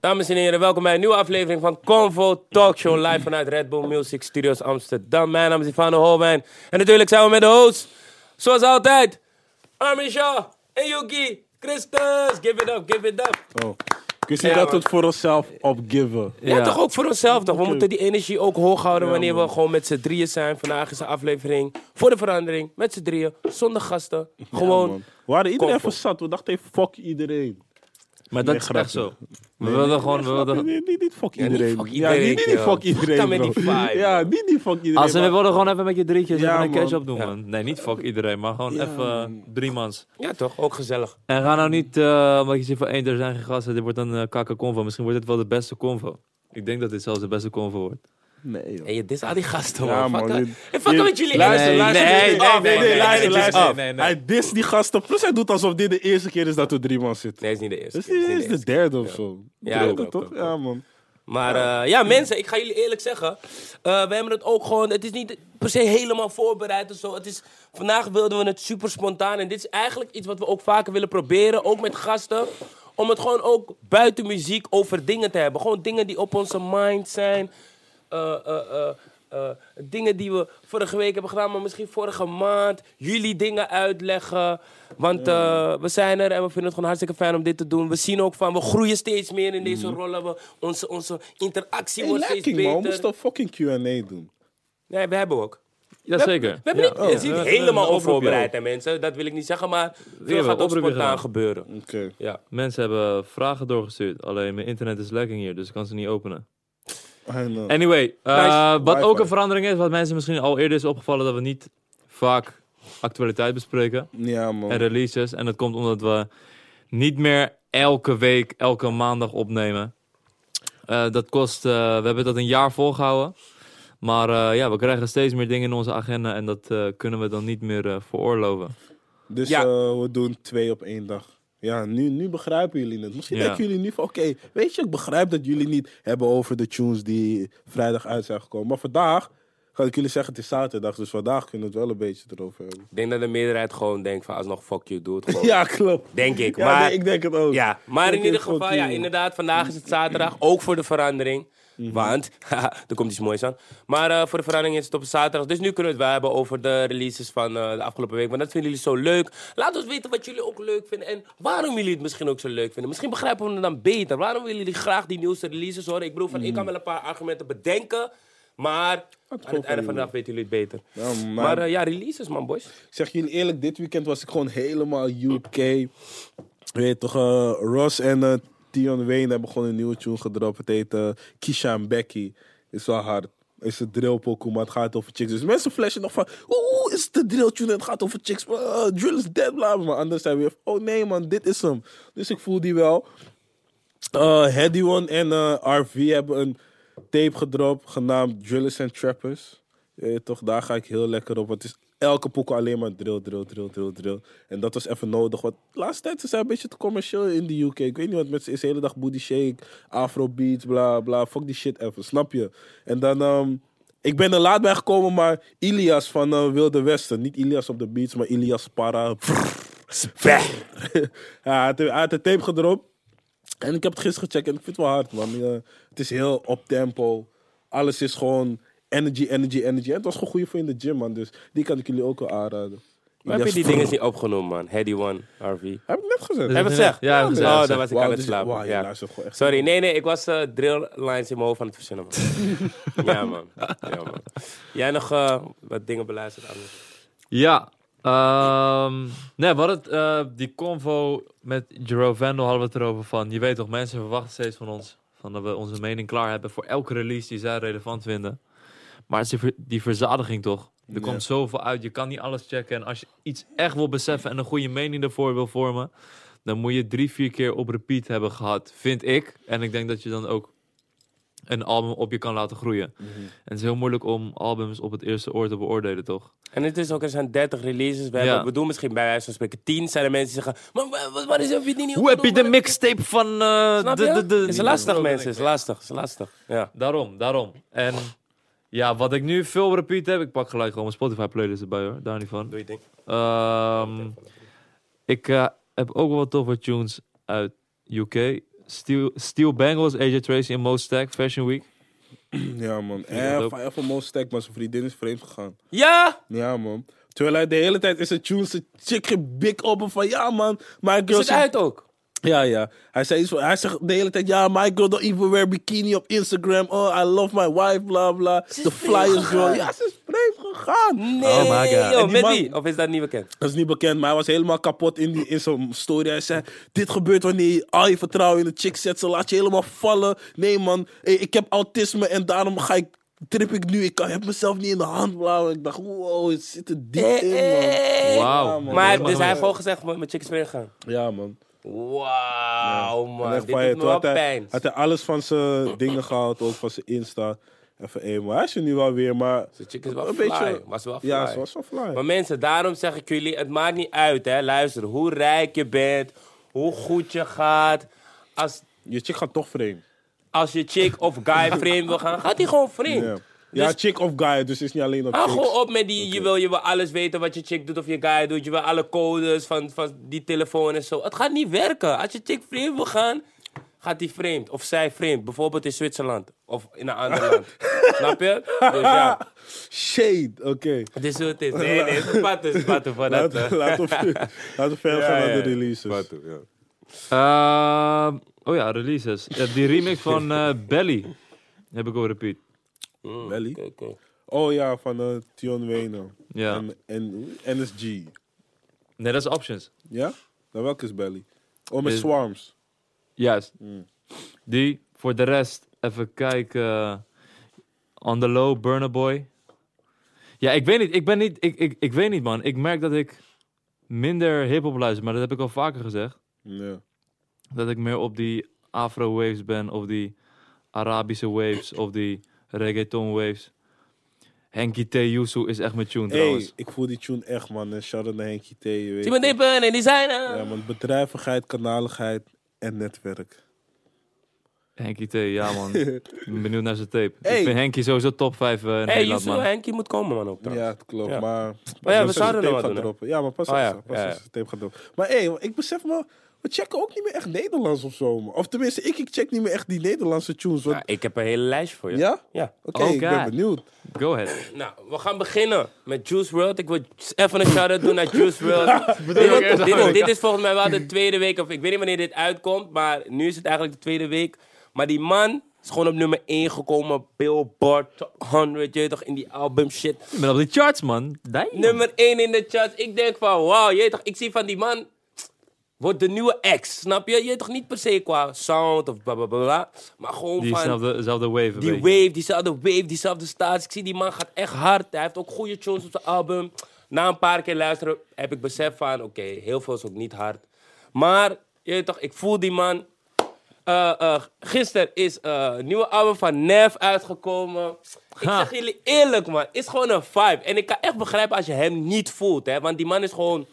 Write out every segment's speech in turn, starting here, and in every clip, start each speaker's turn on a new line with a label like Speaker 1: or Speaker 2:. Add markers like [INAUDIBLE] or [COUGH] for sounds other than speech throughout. Speaker 1: Dames en heren, welkom bij een nieuwe aflevering van Convo Talkshow live vanuit Red Bull Music Studios Amsterdam. Mijn naam is Ivano Holwijn en natuurlijk zijn we met de host, zoals altijd, Armin Shaw en Yuki Christus. Give it up, give it up.
Speaker 2: Oh. Ik zie
Speaker 1: Ja,
Speaker 2: dat
Speaker 1: man.
Speaker 2: we het voor onszelf opgeven.
Speaker 1: Ja, toch ook voor onszelf toch? We moeten die energie ook hoog houden
Speaker 2: Ja,
Speaker 1: wanneer we
Speaker 2: man.
Speaker 1: gewoon met z'n drieën zijn. Vandaag is een aflevering voor de verandering, met z'n drieën, zonder gasten. Gewoon,
Speaker 2: Man. We hadden iedereen
Speaker 1: Comfort.
Speaker 2: even zat. We dachten even fuck iedereen.
Speaker 3: Maar dat
Speaker 2: Nee,
Speaker 3: is echt
Speaker 2: grapje.
Speaker 3: zo. We wilden gewoon... We
Speaker 2: Nee,
Speaker 3: wilden,
Speaker 2: nee, niet, niet fuck
Speaker 1: niet
Speaker 2: iedereen.
Speaker 1: fuck
Speaker 2: Ja,
Speaker 1: iedereen,
Speaker 2: niet niet
Speaker 1: joh.
Speaker 2: fuck
Speaker 1: dan
Speaker 2: iedereen,
Speaker 1: met
Speaker 2: bro.
Speaker 1: die vibe.
Speaker 2: Ja, niet die fuck iedereen.
Speaker 3: als we
Speaker 2: maar-
Speaker 3: wilden gewoon even met je drietjes
Speaker 2: Ja,
Speaker 3: even een catch
Speaker 2: man.
Speaker 3: up doen, man. Nee, niet fuck iedereen, maar gewoon even driemans.
Speaker 1: ja toch? Ook gezellig.
Speaker 3: En ga nou niet, eh omdat je zegt van één, er zijn geen gasten, dit wordt een eh, kakke convo. Misschien wordt dit wel de beste convo. Ik denk dat dit zelfs de beste convo wordt.
Speaker 2: Nee, joh.
Speaker 1: En je dis al die gasten, man.
Speaker 2: Ja,
Speaker 1: Fuck
Speaker 2: man,
Speaker 1: dat-
Speaker 2: dit-
Speaker 1: En fuck
Speaker 2: je-
Speaker 1: met jullie
Speaker 2: Luister,
Speaker 3: Nee,
Speaker 2: luister.
Speaker 3: nee,
Speaker 2: dit is
Speaker 3: nee,
Speaker 2: af.
Speaker 3: nee, nee,
Speaker 2: Ah, luister,
Speaker 3: nee, nee,
Speaker 2: luister.
Speaker 3: nee, nee, nee.
Speaker 2: Hij dis die gasten. Plus hij doet alsof dit de eerste keer is dat we drie man zitten.
Speaker 1: Nee, is niet de eerste.
Speaker 2: Dus
Speaker 1: keer,
Speaker 2: dit
Speaker 1: is niet
Speaker 2: is
Speaker 1: de eerste.
Speaker 2: de derde of zo.
Speaker 1: Ja,
Speaker 2: Derde,
Speaker 1: klopt,
Speaker 2: toch?
Speaker 1: klopt,
Speaker 2: Ja, man.
Speaker 1: Maar eh, ja, mensen, ik ga jullie eerlijk zeggen. eh, we hebben het ook gewoon. Het is niet per se helemaal voorbereid of zo. Het is, vandaag wilden we het super spontaan. En dit is eigenlijk iets wat we ook vaker willen proberen. Ook met gasten. Om het gewoon ook buiten muziek over dingen te hebben. Gewoon dingen die op onze mind zijn. Eh, eh, eh, eh, dingen die we vorige week hebben gedaan, maar misschien vorige maand. Jullie dingen uitleggen. Want eh, we zijn er en we vinden het gewoon hartstikke fijn om dit te doen. We zien ook van, we groeien steeds meer in deze rollen. We, onze, onze interactie
Speaker 2: Mhm. Hey,
Speaker 1: wordt steeds
Speaker 2: Lacking, man.
Speaker 1: beter.
Speaker 2: We moesten fucking Q&A doen.
Speaker 1: Nee, we hebben ook.
Speaker 3: Jazeker.
Speaker 1: We hebben niet, het is niet helemaal
Speaker 3: Oh, een oproepje
Speaker 1: onvoorbereid, hè, mensen. Dat wil ik niet zeggen, maar veel
Speaker 3: hebben
Speaker 1: gaat ook
Speaker 3: oproepje
Speaker 1: spontaan
Speaker 3: gedaan.
Speaker 1: gebeuren.
Speaker 2: Oké.
Speaker 1: Ja.
Speaker 3: Mensen hebben vragen doorgestuurd, alleen mijn internet is lagging hier, dus ik kan ze niet openen.
Speaker 2: I know.
Speaker 3: Anyway, eh,
Speaker 1: Nice.
Speaker 3: wat ook
Speaker 2: Wi-Fi.
Speaker 3: een verandering is, wat mensen misschien al eerder is opgevallen, dat we niet vaak actualiteit bespreken.
Speaker 2: Ja, man.
Speaker 3: en releases. En dat komt omdat we niet meer elke week, elke maandag opnemen. Eh, dat kost, eh, we hebben dat een jaar volgehouden. Maar eh, ja, we krijgen steeds meer dingen in onze agenda en dat eh, kunnen we dan niet meer eh, veroorloven.
Speaker 2: Dus
Speaker 1: Ja.
Speaker 2: eh, we doen twee op één dag. Ja, nu, nu begrijpen jullie het. Misschien
Speaker 3: Ja.
Speaker 2: denken jullie nu van, oké, weet je, ik begrijp dat jullie niet hebben over de tunes die vrijdag uit zijn gekomen. Maar vandaag, ga ik jullie zeggen, het is zaterdag, dus vandaag kunnen we het wel een beetje erover hebben.
Speaker 1: Ik denk dat de meerderheid gewoon denkt van, alsnog fuck you, doe
Speaker 2: [LAUGHS]
Speaker 1: het gewoon.
Speaker 2: Ja, klopt.
Speaker 1: Denk ik,
Speaker 2: Ja,
Speaker 1: maar-
Speaker 2: nee, ik denk het ook.
Speaker 1: Ja, maar in
Speaker 2: Ik
Speaker 1: ieder
Speaker 2: denk
Speaker 1: geval,
Speaker 2: fuck
Speaker 1: ja,
Speaker 2: you.
Speaker 1: inderdaad, vandaag is het zaterdag. Ook voor de verandering.
Speaker 2: Mhm.
Speaker 1: Want, [LAUGHS] haha, er komt iets moois aan. Maar eh, voor de verandering is het op zaterdag. Dus nu kunnen we het wel hebben over de releases van eh, de afgelopen week. Want dat vinden jullie zo leuk. Laat ons weten wat jullie ook leuk vinden. En waarom jullie het misschien ook zo leuk vinden. Misschien begrijpen we het dan beter. Waarom willen jullie graag die nieuwste releases horen? Ik bedoel, van,
Speaker 2: Mhm.
Speaker 1: ik kan wel een paar argumenten bedenken. Maar aan
Speaker 2: gewoon
Speaker 1: het
Speaker 2: van
Speaker 1: einde van de
Speaker 2: jullie.
Speaker 1: dag weten jullie het beter.
Speaker 2: Ja, maar-
Speaker 1: maar eh, ja, releases man, boys.
Speaker 2: Ik zeg jullie eerlijk, dit weekend was ik gewoon helemaal UK. Weet je toch, eh, Ross en eh, Tion Wayne hebben gewoon een nieuwe tune gedropt. Het heet eh, Kisha en Becky. Is wel hard. Is een drill pokoe, maar het gaat over chicks. Dus mensen flashen nog van, oeh, is het een drill tune en het gaat over chicks. Eh, drill is dead, bla bla. Maar anders zijn we weer van, oh nee man, dit is hem. Dus ik voel die wel. Eh Heady One en eh, RV hebben een tape gedropt genaamd Drillers and Trappers. Je weet toch, daar ga ik heel lekker op. want Het is elke poek alleen maar drill, drill, drill, drill, drill. En dat was even nodig. Want de laatste tijd ze zijn een beetje te commercieel in de UK. Ik weet niet wat met ze is. De hele dag booty shake, afrobeats, bla bla. Fuck die shit even, snap je? En dan, ehm, ik ben er laat bij gekomen, maar Ilias van eh, Wilde Westen. Niet Ilias op de beats, maar Ilias Para. [LAUGHS] ja, hij had- hij had een tape gedropt. En ik heb het gisteren gecheckt en ik vind het wel hard, man. Ja, het is heel op tempo. Alles is gewoon energy, energy, energy. En het was gewoon goed voor in de gym, man. Dus die kan ik jullie ook wel aanraden.
Speaker 1: Waar heb je die dingen niet opgenomen, man? Heady One, RV.
Speaker 2: Heb ik net gezegd.
Speaker 1: Heb je het gezegd?
Speaker 3: Ja, heb ik gezegd.
Speaker 1: Oh,
Speaker 3: Heb ik
Speaker 1: dan
Speaker 3: gezegd.
Speaker 1: was ik
Speaker 2: Wauw,
Speaker 1: aan het
Speaker 2: dus-
Speaker 1: slapen.
Speaker 2: wauw, je
Speaker 1: ja.
Speaker 2: luistert gewoon echt.
Speaker 1: Sorry, nee, nee, ik was eh drill lines in mijn hoofd aan het verzinnen,
Speaker 3: [LAUGHS]
Speaker 1: man. ja, man. ja, man. Jij nog eh, wat dingen beluisterd, Armin?
Speaker 3: Ja, ehm, nee, wat het, eh, die convo met Jero Vandal hadden we het erover van. Je weet toch, mensen verwachten steeds van ons van dat we onze mening klaar hebben voor elke release die zij relevant vinden. Maar het is die ver- die verzadiging toch? Er
Speaker 2: Ja.
Speaker 3: komt zoveel uit, je kan niet alles checken. En als je iets echt wil beseffen en een goede mening ervoor wil vormen, dan moet je drie, vier keer op repeat hebben gehad, vind ik. En ik denk dat je dan ook een album op je kan laten groeien. En het is heel moeilijk om albums op het eerste oor te beoordelen, toch?
Speaker 1: En het is ook, er zijn 30 releases. We,
Speaker 3: Ja.
Speaker 1: hebben, we doen misschien bij wijze van spreken 10. Zijn er mensen die zeggen, maar wa- wat, wat is er? Wie die niet
Speaker 3: Hoe heb je de
Speaker 1: opgenomen?
Speaker 3: mixtape van... eh,
Speaker 1: Snap
Speaker 3: de-
Speaker 1: je?
Speaker 3: de- de-
Speaker 1: is lastig, mensen. Is lastig, is lastig. Ja.
Speaker 3: Daarom, daarom. En ja, wat ik nu veel repeat heb... Ik pak gelijk gewoon mijn Spotify playlist erbij hoor, daar niet van.
Speaker 1: Doe je ding.
Speaker 3: Ehm, ik eh, heb ook wel toffe tunes uit UK. Steel, Steel Bengals, AJ Tracy en Mo Stack, Fashion Week.
Speaker 2: Ja, man. Eh,
Speaker 3: dat ook.
Speaker 2: Even even Mos Stack, maar zijn vriendin is vreemd gegaan.
Speaker 1: Ja!
Speaker 2: Ja, man. Terwijl hij de hele tijd is een tune zijn chick gebik op hem van ja, man. My
Speaker 1: Is
Speaker 2: girl.
Speaker 1: het uit ook?
Speaker 2: Ja, ja. Hij, zei iets van, hij zegt de hele tijd ja, my girl don't even wear bikini op Instagram. Oh, I love my wife, bla bla.
Speaker 1: is
Speaker 2: The
Speaker 1: vreemd
Speaker 2: flyers girl.
Speaker 1: gegaan.
Speaker 2: Ja, ze is vreemd gegaan.
Speaker 1: Nee,
Speaker 3: Oh my
Speaker 1: joh,
Speaker 3: God.
Speaker 2: En die
Speaker 1: met
Speaker 2: man-
Speaker 1: die? Of is dat niet bekend?
Speaker 2: Dat is niet bekend, maar hij was helemaal kapot in, die, in zijn story. Hij zei, dit gebeurt wanneer je al je vertrouwen in de chick zet. Ze laat je helemaal vallen. Nee man, eh, ik heb autisme en daarom ga ik, trip ik nu. Ik kan, heb mezelf niet in de hand, blauw. Ik dacht, wow, het zit er diep in, man.
Speaker 3: Wauw.
Speaker 2: man.
Speaker 1: Eh, Maar dus
Speaker 3: Nee,
Speaker 1: hij heeft
Speaker 3: goed.
Speaker 1: gewoon gezegd, mijn mijn chick is weer gaan.
Speaker 2: Ja man.
Speaker 1: Wauw,
Speaker 2: En
Speaker 1: man.
Speaker 2: echt
Speaker 1: Dit
Speaker 2: van,
Speaker 1: doet
Speaker 2: je-
Speaker 1: me
Speaker 2: toen
Speaker 1: wel
Speaker 3: eh,
Speaker 2: had,
Speaker 1: pijn.
Speaker 2: hij, had hij alles van zijn dingen gehaald, ook van zijn Insta. Even één, maar hij is er nu wel weer, maar...
Speaker 1: Zijn chick is wel
Speaker 2: een
Speaker 1: fly.
Speaker 2: beetje-
Speaker 1: Was wel
Speaker 2: Ja,
Speaker 1: fly.
Speaker 2: ze was wel fly.
Speaker 1: Maar mensen, daarom zeg ik jullie, het maakt niet uit, hè. Luister, hoe rijk je bent, hoe goed je gaat. Als,
Speaker 2: Je chick gaat toch vreemd.
Speaker 1: als je chick of guy
Speaker 2: [LAUGHS]
Speaker 1: vreemd wil gaan, gaat hij gewoon vreemd.
Speaker 2: Ja, ja chick of guy, dus het is niet alleen op
Speaker 1: Hou
Speaker 2: chicks. [LAUGHS]
Speaker 1: gewoon op met die, je, wil, je wil alles weten wat je chick doet of je guy doet. Je wil alle codes van, van die telefoon en zo. Het gaat niet werken. Als je chick vreemd wil gaan, gaat die vreemd. Of zij vreemd. Bijvoorbeeld in Zwitserland. Of in een ander
Speaker 2: [LAUGHS]
Speaker 1: land. Snap je? Dus ja.
Speaker 2: Shade, oké.
Speaker 1: Het is hoe het is. Nee, nee. Het is patten, het is patten voor dat.
Speaker 2: Laten
Speaker 1: eh.
Speaker 2: laten
Speaker 1: [LAUGHS]
Speaker 2: we laten we verder gaan
Speaker 1: Ja,
Speaker 2: naar
Speaker 1: ja,
Speaker 2: de
Speaker 1: ja.
Speaker 2: releases.
Speaker 3: Ehm, oh ja, releases. Ja, die remix van eh, Belly heb ik al repeat.
Speaker 2: Belly?
Speaker 1: Oké, oké.
Speaker 2: Mm, Oh ja, van eh, Tion Weno.
Speaker 3: Ja.
Speaker 2: En, en NSG.
Speaker 3: Nee, dat is Options.
Speaker 2: Ja? Nou, welke is Belly? Oh, met
Speaker 3: Is-
Speaker 2: Swarms.
Speaker 3: Juist.
Speaker 1: Mm.
Speaker 3: Die, voor de rest, even kijken. On the low, Burner Boy. Ja, ik weet niet, ik ben niet, ik, ik, ik weet niet man. Ik merk dat ik minder hip-hop luister, maar dat heb ik al vaker gezegd.
Speaker 2: Ja.
Speaker 3: Dat ik meer op die Afro-waves ben, of die Arabische waves, of die reggaeton-waves. Henky T. Yusu is echt mijn tune
Speaker 2: Hey,
Speaker 3: trouwens.
Speaker 2: ik voel die tune echt, man. En shout-out naar Henkie T. Je weet
Speaker 1: Simon Dippen en die zijn er.
Speaker 2: Ja, man. Bedrijvigheid, kanaligheid en netwerk.
Speaker 3: Henky T, ja
Speaker 1: [LAUGHS]
Speaker 3: man. Ik ben benieuwd naar zijn tape.
Speaker 2: Hey.
Speaker 3: Ik vind Henky sowieso top 5 eh in
Speaker 1: Hé, hey,
Speaker 3: Nederland
Speaker 1: Yusu,
Speaker 3: man.
Speaker 1: Henkie moet komen, man, ook
Speaker 2: Ja,
Speaker 1: trouwens.
Speaker 2: het klopt,
Speaker 1: Ja.
Speaker 2: maar...
Speaker 1: Maar ja, we
Speaker 2: Als
Speaker 1: zouden
Speaker 2: de
Speaker 1: nog
Speaker 2: tape
Speaker 1: wat
Speaker 2: gaat
Speaker 1: doen, hè?
Speaker 2: droppen. Ja, maar pas
Speaker 1: Oh
Speaker 2: op,
Speaker 1: ja,
Speaker 2: pas
Speaker 1: ja,
Speaker 2: op,
Speaker 1: ja.
Speaker 2: als de tape gaat droppen. Maar hé, ik besef me... We checken ook niet meer echt Nederlands of zo, man. Of tenminste, ik, ik check niet meer echt die Nederlandse tunes. want-
Speaker 1: Nou, ik heb een hele lijst voor je.
Speaker 2: Ja?
Speaker 1: Ja.
Speaker 2: Oké,
Speaker 3: Oh,
Speaker 2: ik ben
Speaker 3: God.
Speaker 2: benieuwd.
Speaker 3: Go ahead.
Speaker 1: Nou, we gaan beginnen met Juice WRLD. Ik wil even een shout-out doen naar Juice
Speaker 2: [LAUGHS]
Speaker 1: WRLD. dit, is- dit, is- dit is volgens mij wel de tweede week, of ik weet niet wanneer dit uitkomt, maar nu is het eigenlijk de tweede week. Maar die man is gewoon op nummer 1 gekomen, Billboard Top 100, je weet toch, in die album shit.
Speaker 3: Ik ben op de charts man.
Speaker 1: Nummer 1 in de charts. Ik denk van, wauw, je weet toch, ik zie van die man, wordt de nieuwe ex, snap je? Je weet toch niet per se qua sound of bla bla bla, bla, maar gewoon van...
Speaker 3: Diezelfde wave. een
Speaker 1: Die
Speaker 3: beetje.
Speaker 1: wave, diezelfde wave, diezelfde status. Ik zie die man gaat echt hard. Hij heeft ook goede tunes op zijn album. Na een paar keer luisteren heb ik besef van, oké, heel veel is ook niet hard. Maar, je weet toch, ik voel die man. Eh, eh, gisteren is eh, een nieuwe album van Nef uitgekomen. Ik
Speaker 3: Ha.
Speaker 1: zeg jullie eerlijk, man. Is gewoon een vibe. En ik kan echt begrijpen als je hem niet voelt, hè. Want die man is gewoon... een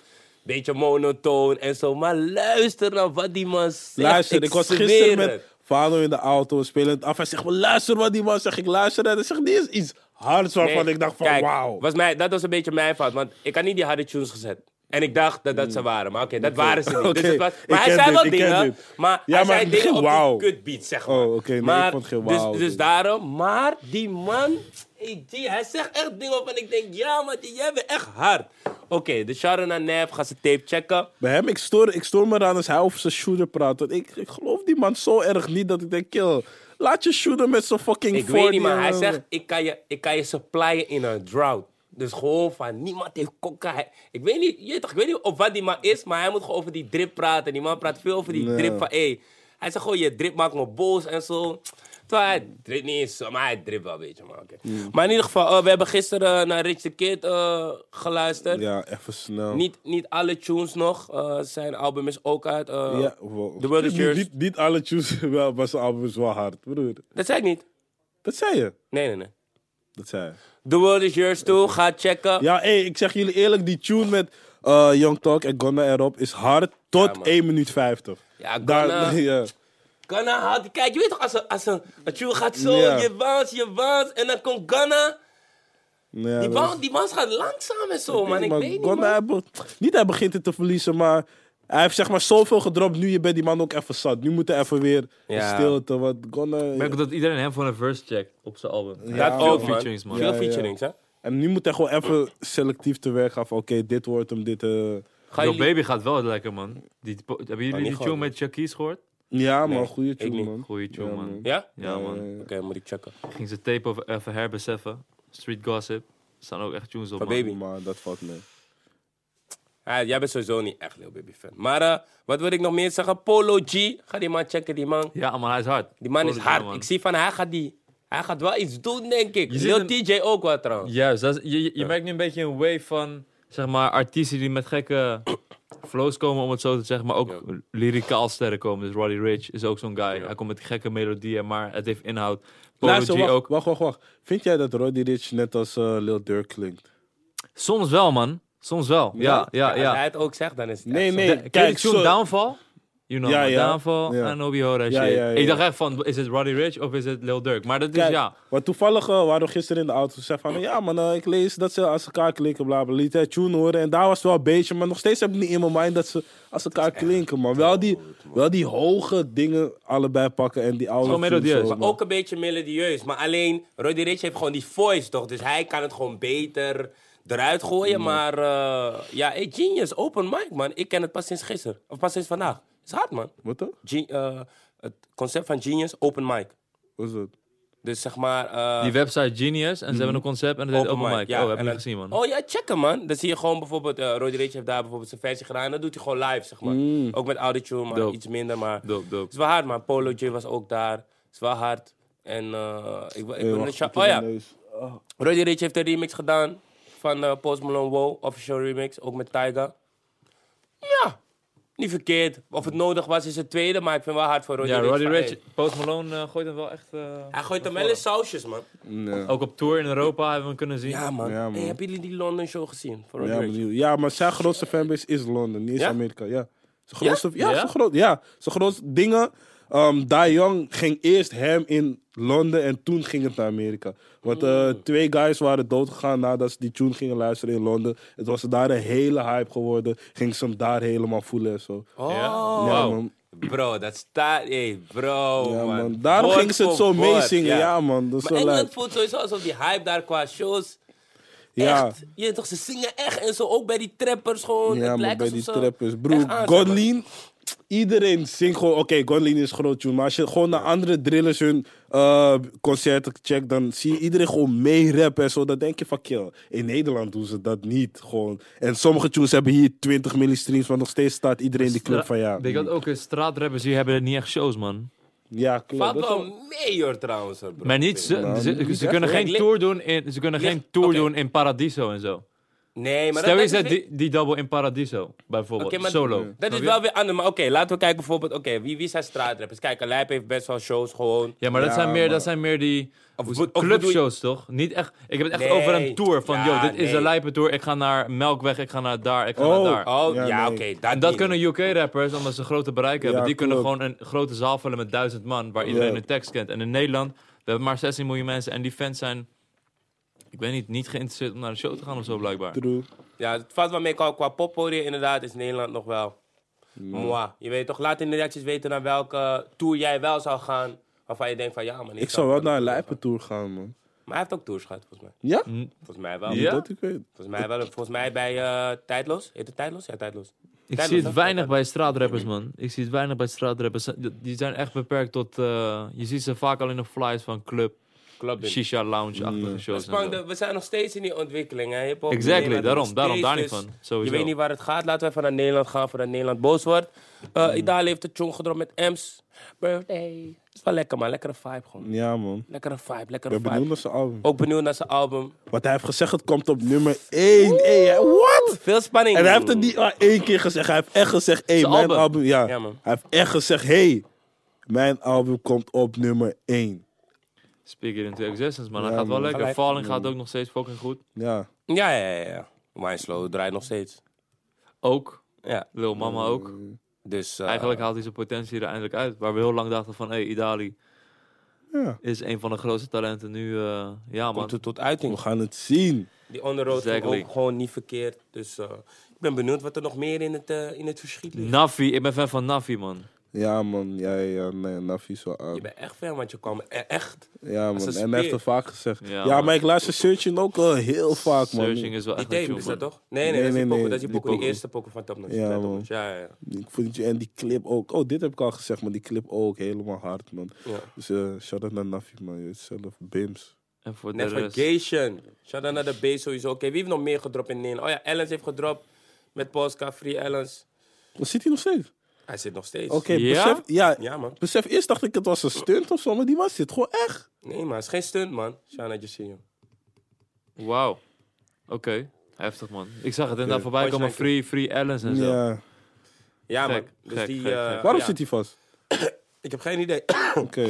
Speaker 1: Beetje monotoon en zo, maar luister naar wat die man zegt.
Speaker 2: Luister, ik, was gisteren
Speaker 1: zweer
Speaker 2: met
Speaker 1: het.
Speaker 2: Vano in de auto, spelend af. Hij zegt, maar luister wat die man zegt. Ik luister en hij zegt, dit is iets hards waarvan
Speaker 1: Nee,
Speaker 2: ik dacht van,
Speaker 1: kijk,
Speaker 2: wauw.
Speaker 1: was mij, dat was een beetje mijn fout, want ik had niet die harde tunes gezet. En ik dacht dat dat ze waren, maar oké, dat waren ze niet. Dus het
Speaker 2: Hmm. [LAUGHS] Oké,
Speaker 1: was,
Speaker 2: ik
Speaker 1: maar hij
Speaker 2: ken
Speaker 1: zei
Speaker 2: dit,
Speaker 1: wel
Speaker 2: ik ken
Speaker 1: dingen,
Speaker 2: dit.
Speaker 1: maar
Speaker 2: Ja,
Speaker 1: hij
Speaker 2: maar
Speaker 1: zei dingen op
Speaker 2: wauw.
Speaker 1: die kutbeat, zeg maar.
Speaker 2: Oh, oké, nee, ik
Speaker 1: Maar
Speaker 2: vond geen
Speaker 1: dus,
Speaker 2: wauw,
Speaker 1: dus
Speaker 2: dus.
Speaker 1: daarom, maar die man, hey, die, hij zegt echt dingen waarvan ik denk, ja, maar die- jij bent echt hard. Oké, de Sharon en Nef gaat zijn tape checken.
Speaker 2: Bij hem, ik stoor, ik stoor me eraan als hij over zijn shooter praat. Want ik, ik geloof die man zo erg niet dat ik denk, kill, laat je shooter met zijn fucking
Speaker 1: Ik weet niet,
Speaker 2: 40
Speaker 1: maar hij
Speaker 2: en-
Speaker 1: zegt, ik kan je, ik kan je supplyen in een drought. Dus gewoon van, niemand heeft coca. Hij- Ik weet niet, je, weet toch, ik weet niet of wat die man is, maar hij moet gewoon over die drip praten. Die man praat veel over die
Speaker 2: Ja.
Speaker 1: drip van, hey, hij zegt gewoon, je drip maakt me boos en zo. Terwijl hij drip niet eens, zo, maar hij drip wel een beetje. Maar, oké. maar in ieder geval, eh, we hebben gisteren eh, naar Rich the Kid eh, geluisterd.
Speaker 2: Ja, even snel.
Speaker 1: Niet, niet alle tunes nog. eh, zijn album is ook uit. eh,
Speaker 2: ja, wow.
Speaker 1: The World Is
Speaker 2: Niet-
Speaker 1: Yours.
Speaker 2: Niet, niet alle tunes, [LAUGHS] wel, maar zijn album is wel hard, broer.
Speaker 1: Dat zei ik niet.
Speaker 2: Dat zei je.
Speaker 1: Nee, nee, nee.
Speaker 2: Dat zei je.
Speaker 1: The World Is Yours Too, ga checken.
Speaker 2: Ja, hé, ik zeg jullie eerlijk, die tune met eh, Young Talk en Gonna erop is hard tot
Speaker 1: man.
Speaker 2: 1 minuut 50.
Speaker 1: Ja, Ghana.
Speaker 2: [LAUGHS] ja.
Speaker 1: Ghana had, kijk, je weet toch, als een, als een, een tune gaat zo,
Speaker 2: Ja.
Speaker 1: je bounce, je bounce, en dan komt Ghana.
Speaker 2: Ja,
Speaker 1: Die
Speaker 2: dat is-
Speaker 1: bounce, die bounce gaat langzaam en zo, man. Ik
Speaker 2: maar
Speaker 1: weet niet,
Speaker 2: Ghana,
Speaker 1: man.
Speaker 2: hij be- niet hij begint het te verliezen, maar Hij heeft zeg maar zoveel gedropt, nu je bent die man ook even zat. Nu moet er even weer
Speaker 1: Ja.
Speaker 2: stilte, wat Gunna...
Speaker 3: Ik merk ook dat iedereen hem voor een verse checkt op zijn album. Hij
Speaker 2: Ja,
Speaker 3: heeft
Speaker 1: ook,
Speaker 3: veel
Speaker 1: Oh, man.
Speaker 3: featurings, man.
Speaker 1: Veel
Speaker 2: Ja, ja.
Speaker 1: featurings, hè?
Speaker 2: En nu moet hij gewoon even selectief te werk gaan van oké, dit wordt hem, dit... eh.
Speaker 1: Ga
Speaker 3: Yo,
Speaker 1: jullie-
Speaker 3: baby gaat wel lekker, man. Die, po- hebben jullie
Speaker 1: niet
Speaker 3: die tune
Speaker 1: gehoord.
Speaker 3: met Jacques gehoord?
Speaker 2: Ja,
Speaker 1: Nee,
Speaker 2: man, goede
Speaker 1: ik
Speaker 2: tune,
Speaker 1: niet.
Speaker 2: man.
Speaker 3: Goeie tune,
Speaker 2: Ja,
Speaker 3: man.
Speaker 2: man.
Speaker 1: Ja?
Speaker 3: Ja, man.
Speaker 1: Oké, moet ik checken.
Speaker 3: Ging ze tape over- even herbeseffen. Street Gossip. Er staan ook echt tunes op,
Speaker 1: Van
Speaker 3: man.
Speaker 1: Baby.
Speaker 2: Maar dat valt mee.
Speaker 1: Ja, Ah, jij bent sowieso niet echt Lil Baby fan. Maar eh, wat wil ik nog meer zeggen? Polo G. Ga die man checken, die man.
Speaker 3: Ja, man, hij is hard.
Speaker 1: Die man is
Speaker 3: Holy
Speaker 1: hard.
Speaker 3: cow, man.
Speaker 1: Ik zie van hij gaat die. Hij gaat wel iets doen, denk ik.
Speaker 3: Je ziet
Speaker 1: Lil
Speaker 3: hem-
Speaker 1: TJ ook wel trouwens.
Speaker 3: Juist, dat is- je, je- je merkt nu een beetje een wave van, zeg maar, artiesten die met
Speaker 2: [COUGHS]
Speaker 3: gekke flows komen, om het zo te zeggen, maar ook lyricaal sterren komen. Dus Roddy Rich is ook zo'n guy. Hij komt met gekke melodieën, maar het heeft inhoud. Polo
Speaker 2: Luister,
Speaker 3: G
Speaker 2: wacht,
Speaker 3: ook.
Speaker 2: wacht, wacht, wacht. Vind jij dat Roddy Rich net als eh, Lil Durk klinkt?
Speaker 3: Soms wel, man. Soms wel. Ja, ja,
Speaker 1: Als
Speaker 3: ja.
Speaker 1: hij het ook zegt, dan is het
Speaker 2: Nee,
Speaker 1: echt zo.
Speaker 2: nee.
Speaker 3: De- Ken je
Speaker 2: kijk,
Speaker 3: die
Speaker 2: zo-
Speaker 3: tune Downfall? You know,
Speaker 2: Ja,
Speaker 3: my
Speaker 2: ja.
Speaker 3: Downfall
Speaker 2: Ja.
Speaker 3: en Obi Hoda
Speaker 2: Ja,
Speaker 3: shit.
Speaker 2: ja, ja.
Speaker 3: Ik dacht echt van, is het Roddy Rich of is het Lil Durk? Maar dat is,
Speaker 2: Kijk,
Speaker 3: Dus ja.
Speaker 2: Want toevallig eh, waren we gisteren in de auto. Ze zei van, ja man, eh, ik lees dat ze als elkaar klinken, bla bla. Liet hij tune horen en daar was het wel een beetje. Maar nog steeds heb ik niet in mijn mind dat ze als elkaar klinken, man. Wel die, wel die hoge dingen allebei pakken en die oude
Speaker 3: Gewoon
Speaker 2: tunes
Speaker 3: melodieus.
Speaker 2: zo,
Speaker 1: Maar
Speaker 2: man.
Speaker 1: ook een beetje melodieus. Maar alleen, Roddy Rich heeft gewoon die voice, toch? Dus hij kan het gewoon beter eruit gooien. Maar eh, ja, hey, Genius, open mic, man. Ik ken het pas sinds gisteren. Of pas sinds vandaag. Het is hard, man.
Speaker 2: Wat dan?
Speaker 1: Gen- eh, het concept van Genius, open mic.
Speaker 2: Wat is dat?
Speaker 1: Dus zeg maar... eh,
Speaker 3: Die website Genius en ze
Speaker 2: Mhm.
Speaker 3: hebben een concept en dat heet Open Mic.
Speaker 1: ja.
Speaker 3: oh,
Speaker 1: En
Speaker 3: heb ik niet
Speaker 1: dan-
Speaker 3: gezien, man.
Speaker 1: Oh ja, check hem, man. Dan zie je gewoon bijvoorbeeld... eh Roddy Ricch heeft daar bijvoorbeeld zijn versie gedaan. En dat doet hij gewoon live, zeg maar. Ook met autotune, maar
Speaker 3: Mm. Dope.
Speaker 1: iets minder. Maar
Speaker 3: Dope, dope.
Speaker 1: het is wel hard, man. Polo J was ook daar. Het is wel hard. En eh, ik, wil- ik
Speaker 2: Eh,
Speaker 1: wil
Speaker 2: wacht,
Speaker 1: een
Speaker 2: ik
Speaker 1: shout...
Speaker 2: doe
Speaker 1: Oh ja,
Speaker 2: mijn neus. Oh.
Speaker 1: Roddy Ricch heeft een remix gedaan van eh, Post Malone Wow. Official remix, ook met Tyga. Ja, niet verkeerd. Of het nodig was, is het tweede. Maar ik vind wel hard voor
Speaker 2: Oh,
Speaker 1: Roddy
Speaker 3: Ja,
Speaker 1: Ricch.
Speaker 3: Roddy
Speaker 1: van,
Speaker 3: Rich,
Speaker 1: hey,
Speaker 3: Post Malone eh, gooit hem wel echt... eh,
Speaker 1: Hij gooit hem wel in sausjes, man.
Speaker 2: Nee.
Speaker 3: Ook op tour in Europa hebben we hem kunnen zien.
Speaker 1: Ja, man.
Speaker 2: Ja, man.
Speaker 1: Hey, hebben jullie die London show gezien? Van Roddy
Speaker 2: Ja,
Speaker 1: Ricch?
Speaker 2: benieuwd. ja, maar zijn grootste fanbase is Londen, niet eens
Speaker 1: Ja?
Speaker 2: Amerika. Ja, zijn grootste, ja?
Speaker 3: Ja?
Speaker 2: zijn groot, ja, zijn grootste dingen. Ehm Dae Young ging eerst hem in Londen en toen ging het naar Amerika. Want eh, twee guys waren doodgegaan nadat ze die tune gingen luisteren in Londen. Het was daar een hele hype geworden. Ging ze hem daar helemaal voelen en zo.
Speaker 1: Oh,
Speaker 3: Ja?
Speaker 2: Ja,
Speaker 3: Wauw.
Speaker 2: man.
Speaker 1: bro, dat staat. Hey, bro.
Speaker 2: Ja,
Speaker 1: Oh, man.
Speaker 2: man. Daarom
Speaker 1: Woord
Speaker 2: gingen ze het
Speaker 1: voor
Speaker 2: zo
Speaker 1: woord,
Speaker 2: meezingen. Ja. man. Dat is
Speaker 1: maar
Speaker 2: wel
Speaker 1: Engeland
Speaker 2: leuk.
Speaker 1: voelt sowieso alsof die hype daar qua shows.
Speaker 2: Ja.
Speaker 1: Echt. Je weet toch, ze zingen echt en zo. Ook bij die trappers gewoon.
Speaker 2: Ja,
Speaker 1: het
Speaker 2: maar
Speaker 1: lijkt
Speaker 2: bij die
Speaker 1: alsof ze
Speaker 2: trappers.
Speaker 1: echt
Speaker 2: Broer,
Speaker 1: aanzetten.
Speaker 2: Godlin, iedereen zingt gewoon... Oké, Godlin is groot, tune, maar als je gewoon naar andere drillers hun eh, concerten checkt... dan zie je iedereen gewoon meerappen en zo. Dan denk je van, kill, in Nederland doen ze dat niet. Gewoon. En sommige tunes hebben hier 20 milli streams... maar nog steeds staat iedereen in de club van ja.
Speaker 3: Ik denk dat ook eh, straatrappers hier hebben niet echt shows, man.
Speaker 2: Ja, klopt.
Speaker 1: Valt
Speaker 2: Dat is
Speaker 1: wel
Speaker 2: wel-
Speaker 1: mee, hoor, trouwens. hoor, Bro.
Speaker 3: Maar niet, ze,
Speaker 2: Nou,
Speaker 3: ze,
Speaker 2: niet
Speaker 3: ze
Speaker 2: echt.
Speaker 3: kunnen
Speaker 1: Kijk,
Speaker 3: geen
Speaker 1: li-
Speaker 3: tour doen in, ze kunnen
Speaker 1: Ligt-
Speaker 3: geen tour
Speaker 1: oké.
Speaker 3: doen in Paradiso en zo.
Speaker 1: Nee, maar
Speaker 3: Stel
Speaker 1: dat
Speaker 3: eens
Speaker 1: is
Speaker 3: dat
Speaker 1: weer-
Speaker 3: die, die double in Paradiso, bijvoorbeeld,
Speaker 1: Oké, maar
Speaker 3: solo.
Speaker 1: Dat is wel weer anders. Maar oké, laten we kijken bijvoorbeeld. Oké, wie, wie zijn straatrappers? Kijk, Lijp heeft best wel shows gewoon.
Speaker 3: Ja, maar, dat,
Speaker 2: Ja,
Speaker 3: zijn meer,
Speaker 2: maar-
Speaker 3: dat zijn meer die
Speaker 1: Of
Speaker 3: hoe-
Speaker 1: moet- of
Speaker 3: clubshows, toch? Niet echt, ik heb het echt
Speaker 1: Nee.
Speaker 3: over een tour. Van,
Speaker 1: Ja,
Speaker 3: yo, dit is
Speaker 1: nee.
Speaker 3: een lijpe tour. Ik ga naar Melkweg, ik ga naar daar, ik ga
Speaker 2: Oh.
Speaker 3: naar daar.
Speaker 1: Oh, ja,
Speaker 2: Ja, nee.
Speaker 1: oké.
Speaker 3: En dat kunnen UK-rappers, omdat ze grote bereik hebben.
Speaker 2: Ja,
Speaker 3: die kunnen
Speaker 2: klopt.
Speaker 3: gewoon een grote zaal vullen met duizend man, waar iedereen
Speaker 2: Ja.
Speaker 3: een tekst kent. En in Nederland, we hebben maar 16 miljoen mensen. En die fans zijn, ik weet niet, niet geïnteresseerd om naar de show te gaan of zo, blijkbaar.
Speaker 2: True.
Speaker 1: Ja, het valt wel mee qua, qua poppodium inderdaad is Nederland nog wel.
Speaker 2: Mm.
Speaker 1: Moi. Je weet toch, laat in de reacties weten naar welke tour jij wel zou gaan. Waarvan je denkt van ja man.
Speaker 2: Ik zou wel naar een Lijpentour gaan, man.
Speaker 1: Maar hij heeft ook tours gehad volgens mij.
Speaker 2: Ja?
Speaker 1: Volgens mij wel.
Speaker 3: Ja?
Speaker 2: Dat ik weet.
Speaker 1: Volgens mij wel. Volgens mij bij eh Tijdloos. Heet het Tijdloos? Ja, Tijdloos.
Speaker 3: Ik
Speaker 1: Tijdloos,
Speaker 3: zie het
Speaker 1: hè?
Speaker 3: weinig bij straatrappers, man. Ik zie het weinig bij straatrappers. Die zijn echt beperkt tot... eh, je ziet ze vaak alleen op flyers van club,
Speaker 1: Club in.
Speaker 3: shisha
Speaker 2: Mm.
Speaker 3: lounge-achtige shows. en
Speaker 1: Spang,
Speaker 3: zo.
Speaker 1: de- we zijn nog steeds in die ontwikkeling. Hè? Hip-hop,
Speaker 3: Exactly,
Speaker 1: Nederland
Speaker 3: daarom,
Speaker 1: nog
Speaker 3: daarom,
Speaker 1: steeds,
Speaker 3: daar niet
Speaker 1: dus
Speaker 3: van, sowieso.
Speaker 1: Je weet niet waar het gaat. Laten we even naar Nederland gaan voordat Nederland boos wordt. Eh,
Speaker 3: Mm.
Speaker 1: Italië heeft de chong gedropt met Ems. Birthday. is wel lekker man, lekkere vibe gewoon.
Speaker 2: Ja, man.
Speaker 1: Lekkere vibe,
Speaker 2: Ik
Speaker 1: lekkere
Speaker 2: ben benieuwd
Speaker 1: vibe.
Speaker 2: naar zijn album.
Speaker 1: Ook benieuwd naar zijn album.
Speaker 2: Want hij heeft gezegd, het komt op nummer 1. Hey, what?
Speaker 1: Veel spanning.
Speaker 2: En hij heeft het niet maar één keer gezegd. Hij heeft echt gezegd, hey,
Speaker 3: Zijn
Speaker 2: mijn
Speaker 3: album.
Speaker 2: album. ja.
Speaker 1: Ja, man.
Speaker 2: Hij heeft echt gezegd, hey, mijn album komt op nummer 1.
Speaker 3: Speak it into existence, man. Dat
Speaker 2: Ja,
Speaker 3: gaat wel
Speaker 2: man. Mm.
Speaker 3: lekker.
Speaker 1: Gelijk.
Speaker 3: Falling gaat ook nog steeds fucking goed.
Speaker 2: Ja.
Speaker 1: Ja, ja, ja. ja. Wineslow draait nog steeds.
Speaker 3: Ook.
Speaker 1: Ja,
Speaker 3: Lil Mama
Speaker 2: Mm.
Speaker 3: ook.
Speaker 1: dus... eh,
Speaker 3: Eigenlijk haalt hij zijn potentie er eindelijk uit. Waar we heel lang dachten van... Hé, hey, Idali
Speaker 2: Ja.
Speaker 3: is een van de grootste talenten nu. eh, ja, man.
Speaker 1: Komt het tot
Speaker 2: We
Speaker 1: uiting.
Speaker 2: gaan het zien.
Speaker 1: Die onderrood ging
Speaker 3: Exactly.
Speaker 1: ook gewoon niet verkeerd. Dus eh, Ik ben benieuwd wat er nog meer in het, eh, in het verschiet ligt.
Speaker 3: Navi, ik ben fan van Navi, man.
Speaker 2: Ja, man. Ja, ja, ja, nee, Nafi is wel
Speaker 1: Je
Speaker 2: aan.
Speaker 1: bent echt fan, want je kwam e- echt.
Speaker 2: Ja, man.
Speaker 1: een
Speaker 2: En
Speaker 1: speer.
Speaker 2: hij heeft het vaak gezegd. Ja,
Speaker 3: Ja, man.
Speaker 2: maar ik luister Searching ook al heel vaak, man.
Speaker 3: Searching is wel
Speaker 1: Die
Speaker 3: echt
Speaker 1: tape
Speaker 3: een
Speaker 1: is
Speaker 3: tune,
Speaker 1: dat
Speaker 3: man.
Speaker 1: toch? Nee, nee,
Speaker 2: Nee,
Speaker 1: dat is die
Speaker 2: nee,
Speaker 1: pokken.
Speaker 2: nee,
Speaker 1: Dat is die
Speaker 2: die
Speaker 1: pokken, die
Speaker 2: pokken.
Speaker 1: eerste pokken van Top Notch.
Speaker 2: Ja,
Speaker 1: Top
Speaker 2: man.
Speaker 1: Notch, ja, ja.
Speaker 2: Ik vond die, en die clip ook. Oh, dit heb ik al gezegd, maar die clip ook. Helemaal hard, man.
Speaker 1: ja.
Speaker 2: Dus eh shout-out naar Nafi, man. Je weet zelf, Bims.
Speaker 3: En voor de rest...
Speaker 1: Navigation. Shout-out naar de B sowieso. Oké, wie heeft nog meer gedropt in Nederland? Oh ja, Ellens heeft gedropt met Polska, Free Ellens.
Speaker 2: Wat zit hij nog steeds?
Speaker 1: Hij zit nog steeds.
Speaker 2: Oké,
Speaker 3: Ja?
Speaker 2: besef... Ja,
Speaker 1: Ja, man.
Speaker 2: besef, eerst dacht ik het was een stunt of zo, maar die man zit gewoon echt.
Speaker 1: Nee, maar het is geen stunt, man. Shout-out Jacinho.
Speaker 3: Wauw. Oké. Heftig, man. Ik zag het inderdaad voorbij
Speaker 1: Punch
Speaker 3: komen.
Speaker 1: like
Speaker 3: Free, free Ellens en zo.
Speaker 2: Ja.
Speaker 1: Ja,
Speaker 3: Gek,
Speaker 1: man. Dus
Speaker 3: gek,
Speaker 1: die,
Speaker 3: gek,
Speaker 1: eh,
Speaker 3: gek.
Speaker 2: Waarom
Speaker 1: ja.
Speaker 2: zit hij vast?
Speaker 1: Ik heb geen idee. [CLEARS THROAT]
Speaker 2: Oké.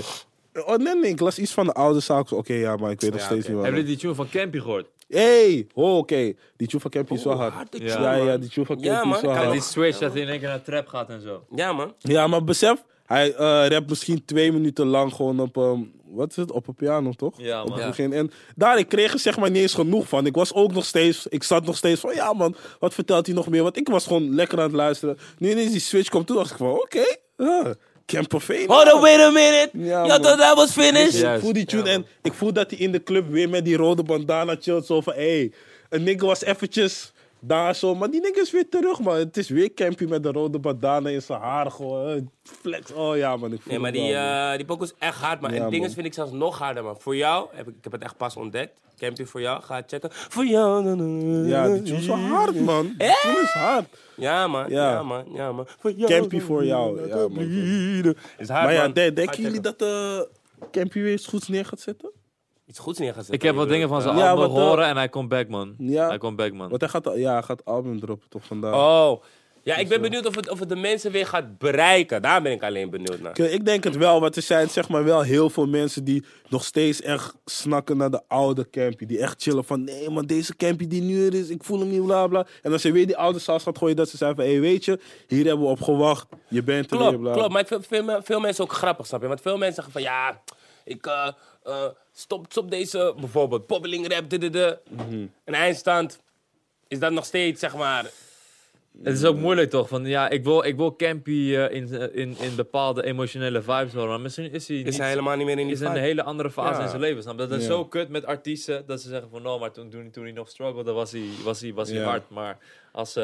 Speaker 2: Oh, nee, nee, ik las iets van de oude zaak. Oké, ja, maar ik weet nog
Speaker 1: Ja,
Speaker 2: steeds
Speaker 1: oké.
Speaker 2: niet waar.
Speaker 3: Hebben jullie die tune van Campy gehoord?
Speaker 2: Hey, oh, oké. Die tune van Campy is wel
Speaker 1: Oh,
Speaker 2: hard.
Speaker 1: harde
Speaker 3: Ja.
Speaker 1: tune,
Speaker 2: Ja, ja,
Speaker 1: man.
Speaker 2: die tune van
Speaker 1: Ja,
Speaker 2: Campy
Speaker 1: man,
Speaker 2: is wel
Speaker 1: kan
Speaker 2: hard.
Speaker 3: die switch dat hij in één keer naar trap gaat en zo.
Speaker 1: Ja, man.
Speaker 2: Ja, maar besef, hij eh rapt misschien twee minuten lang gewoon op, ehm, wat is het, op een piano, toch?
Speaker 3: Ja,
Speaker 2: Op
Speaker 3: man.
Speaker 2: het
Speaker 3: Ja.
Speaker 2: begin. En daar, ik kreeg er zeg maar niet eens genoeg van. Ik was ook nog steeds, ik zat nog steeds van, ja man, wat vertelt hij nog meer? Want ik was gewoon lekker aan het luisteren. Nu ineens die switch komt toe, dacht ik van, oké, ah, Camper Veen.
Speaker 3: Oh,
Speaker 1: Hold on, wait a minute.
Speaker 2: Ja,
Speaker 1: you
Speaker 2: man.
Speaker 1: thought that was finished?
Speaker 3: Ja.
Speaker 2: Ik voel die tune en ik voel dat hij in de club weer met die rode bandana chillt. Zo van, hé, hey, een nigga was eventjes daar zo. Maar die nigga is weer terug, man. Het is weer Campy met de rode bandana in zijn haar. Gewoon, eh, flex. Oh ja, man. Ik voel
Speaker 1: Nee, maar
Speaker 2: het
Speaker 1: die,
Speaker 2: wel, man.
Speaker 1: eh die pokoe is echt hard, man.
Speaker 2: Ja,
Speaker 1: en dingen
Speaker 2: man.
Speaker 1: vind ik zelfs nog harder, man. Voor jou, heb ik, ik heb het echt pas ontdekt. Campy voor jou, ga het checken. Voor jou. na, na, na.
Speaker 2: Ja, die tune is wel hard, man. Die
Speaker 1: Eh?
Speaker 2: tune is hard.
Speaker 1: Ja, man. Ja,
Speaker 2: Ja.
Speaker 1: man. Ja, man. Voor jou.
Speaker 2: Campy voor jou. Ja, man.
Speaker 1: Lieden. Is hard,
Speaker 2: Maar ja,
Speaker 1: man.
Speaker 2: de-
Speaker 1: Hard
Speaker 2: denken jullie
Speaker 1: checken.
Speaker 2: dat eh Campy weer iets goeds neer gaat zetten?
Speaker 1: Iets goeds neergezet.
Speaker 3: Ik heb
Speaker 1: hoor,
Speaker 3: wat
Speaker 1: je
Speaker 3: dingen van
Speaker 1: bedoelt.
Speaker 3: zijn
Speaker 2: Ja,
Speaker 3: album
Speaker 2: wat, eh,
Speaker 3: horen en hij komt back, man.
Speaker 2: Ja.
Speaker 3: Hij komt back, man.
Speaker 2: Want hij gaat, ja, hij gaat album droppen toch vandaag.
Speaker 1: Oh. Ja, ik ben
Speaker 2: eh,
Speaker 1: benieuwd of het, of het de mensen weer gaat bereiken. Daar ben ik alleen benieuwd naar.
Speaker 2: Ik, ik denk het wel, want er zijn zeg maar wel heel veel mensen die nog steeds echt snakken naar de oude campy. Die echt chillen van, nee man, deze campy die nu er is, ik voel hem niet, bla bla. En als je weer die oude saus gaat gooien, dat ze zeggen van, hé hey, weet je, hier hebben we op gewacht. Je bent er weer,
Speaker 1: Klopt,
Speaker 2: bla.
Speaker 1: klopt. Maar ik vind veel, me- veel mensen ook grappig, snap je? Want veel mensen zeggen van ja, ik eh, eh, stop, stop deze bijvoorbeeld poppeling rap, de, de, de.
Speaker 2: Mhm.
Speaker 1: En eindstand is dat nog steeds, zeg maar.
Speaker 3: Het is ook moeilijk, toch? Van, ja, ik wil, ik wil Campy eh, in, in, in bepaalde emotionele vibes horen. Maar misschien is hij niet...
Speaker 1: Is hij helemaal niet meer in die
Speaker 3: is in een
Speaker 1: vibe.
Speaker 3: hele andere fase
Speaker 1: Ja.
Speaker 3: in zijn leven. Snap je? Dat is
Speaker 2: Ja.
Speaker 3: zo kut met artiesten dat ze zeggen van no, maar toen, toen, toen hij nog struggelde was hij, was hij, was hij
Speaker 2: Ja.
Speaker 3: hard. Maar als, eh,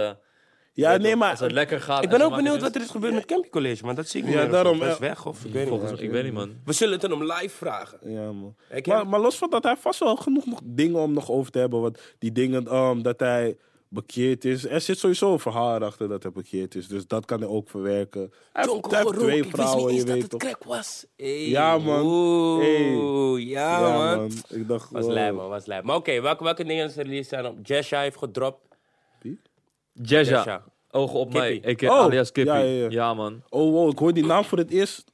Speaker 2: Ja,
Speaker 3: weet
Speaker 2: nee
Speaker 3: toch, als het
Speaker 2: maar,
Speaker 3: lekker gaat.
Speaker 1: Ik
Speaker 3: en
Speaker 1: ben
Speaker 3: ze
Speaker 1: ook
Speaker 3: maken
Speaker 1: benieuwd wat
Speaker 3: nummers-
Speaker 1: er is gebeurd met Campy College, maar dat zie ik niet.
Speaker 2: Ja,
Speaker 1: meer of
Speaker 2: daarom,
Speaker 1: zo. Hij is
Speaker 2: eh,
Speaker 1: weg of ik weet
Speaker 3: Volgens
Speaker 1: niet.
Speaker 3: mij, ik weet niet man.
Speaker 1: We zullen het aan hem live vragen.
Speaker 2: ja, man.
Speaker 1: Ik heb-
Speaker 2: Maar, maar los van dat, hij vast wel genoeg nog dingen om nog over te hebben. Want die dingen ehm, dat hij bekeerd is. Er zit sowieso een verhaal achter dat hij bekeerd is. Dus dat kan hij ook verwerken. Hij heeft,
Speaker 1: Jonko
Speaker 2: hij heeft
Speaker 1: Geroen,
Speaker 2: twee
Speaker 1: ik wist niet
Speaker 2: vrouwen, je
Speaker 1: eens dat
Speaker 2: weet
Speaker 1: het
Speaker 2: toch.
Speaker 1: crack was. Hey,
Speaker 2: Ja, man.
Speaker 1: Oeh,
Speaker 2: Hey.
Speaker 1: ja, man.
Speaker 2: Ik dacht,
Speaker 1: Was
Speaker 2: wow.
Speaker 1: lijp, man, was lijp. Maar oké, welke, welke dingen zijn released zijn op? Jesha heeft gedropt.
Speaker 3: Jaja.
Speaker 1: Jaja.
Speaker 3: Ogen op mij.
Speaker 1: Kippie.
Speaker 3: Ik heb
Speaker 2: Oh,
Speaker 3: alias Kippy. Ja,
Speaker 2: ja, ja, ja.
Speaker 3: man.
Speaker 2: Oh wow, ik hoor die naam voor het eerst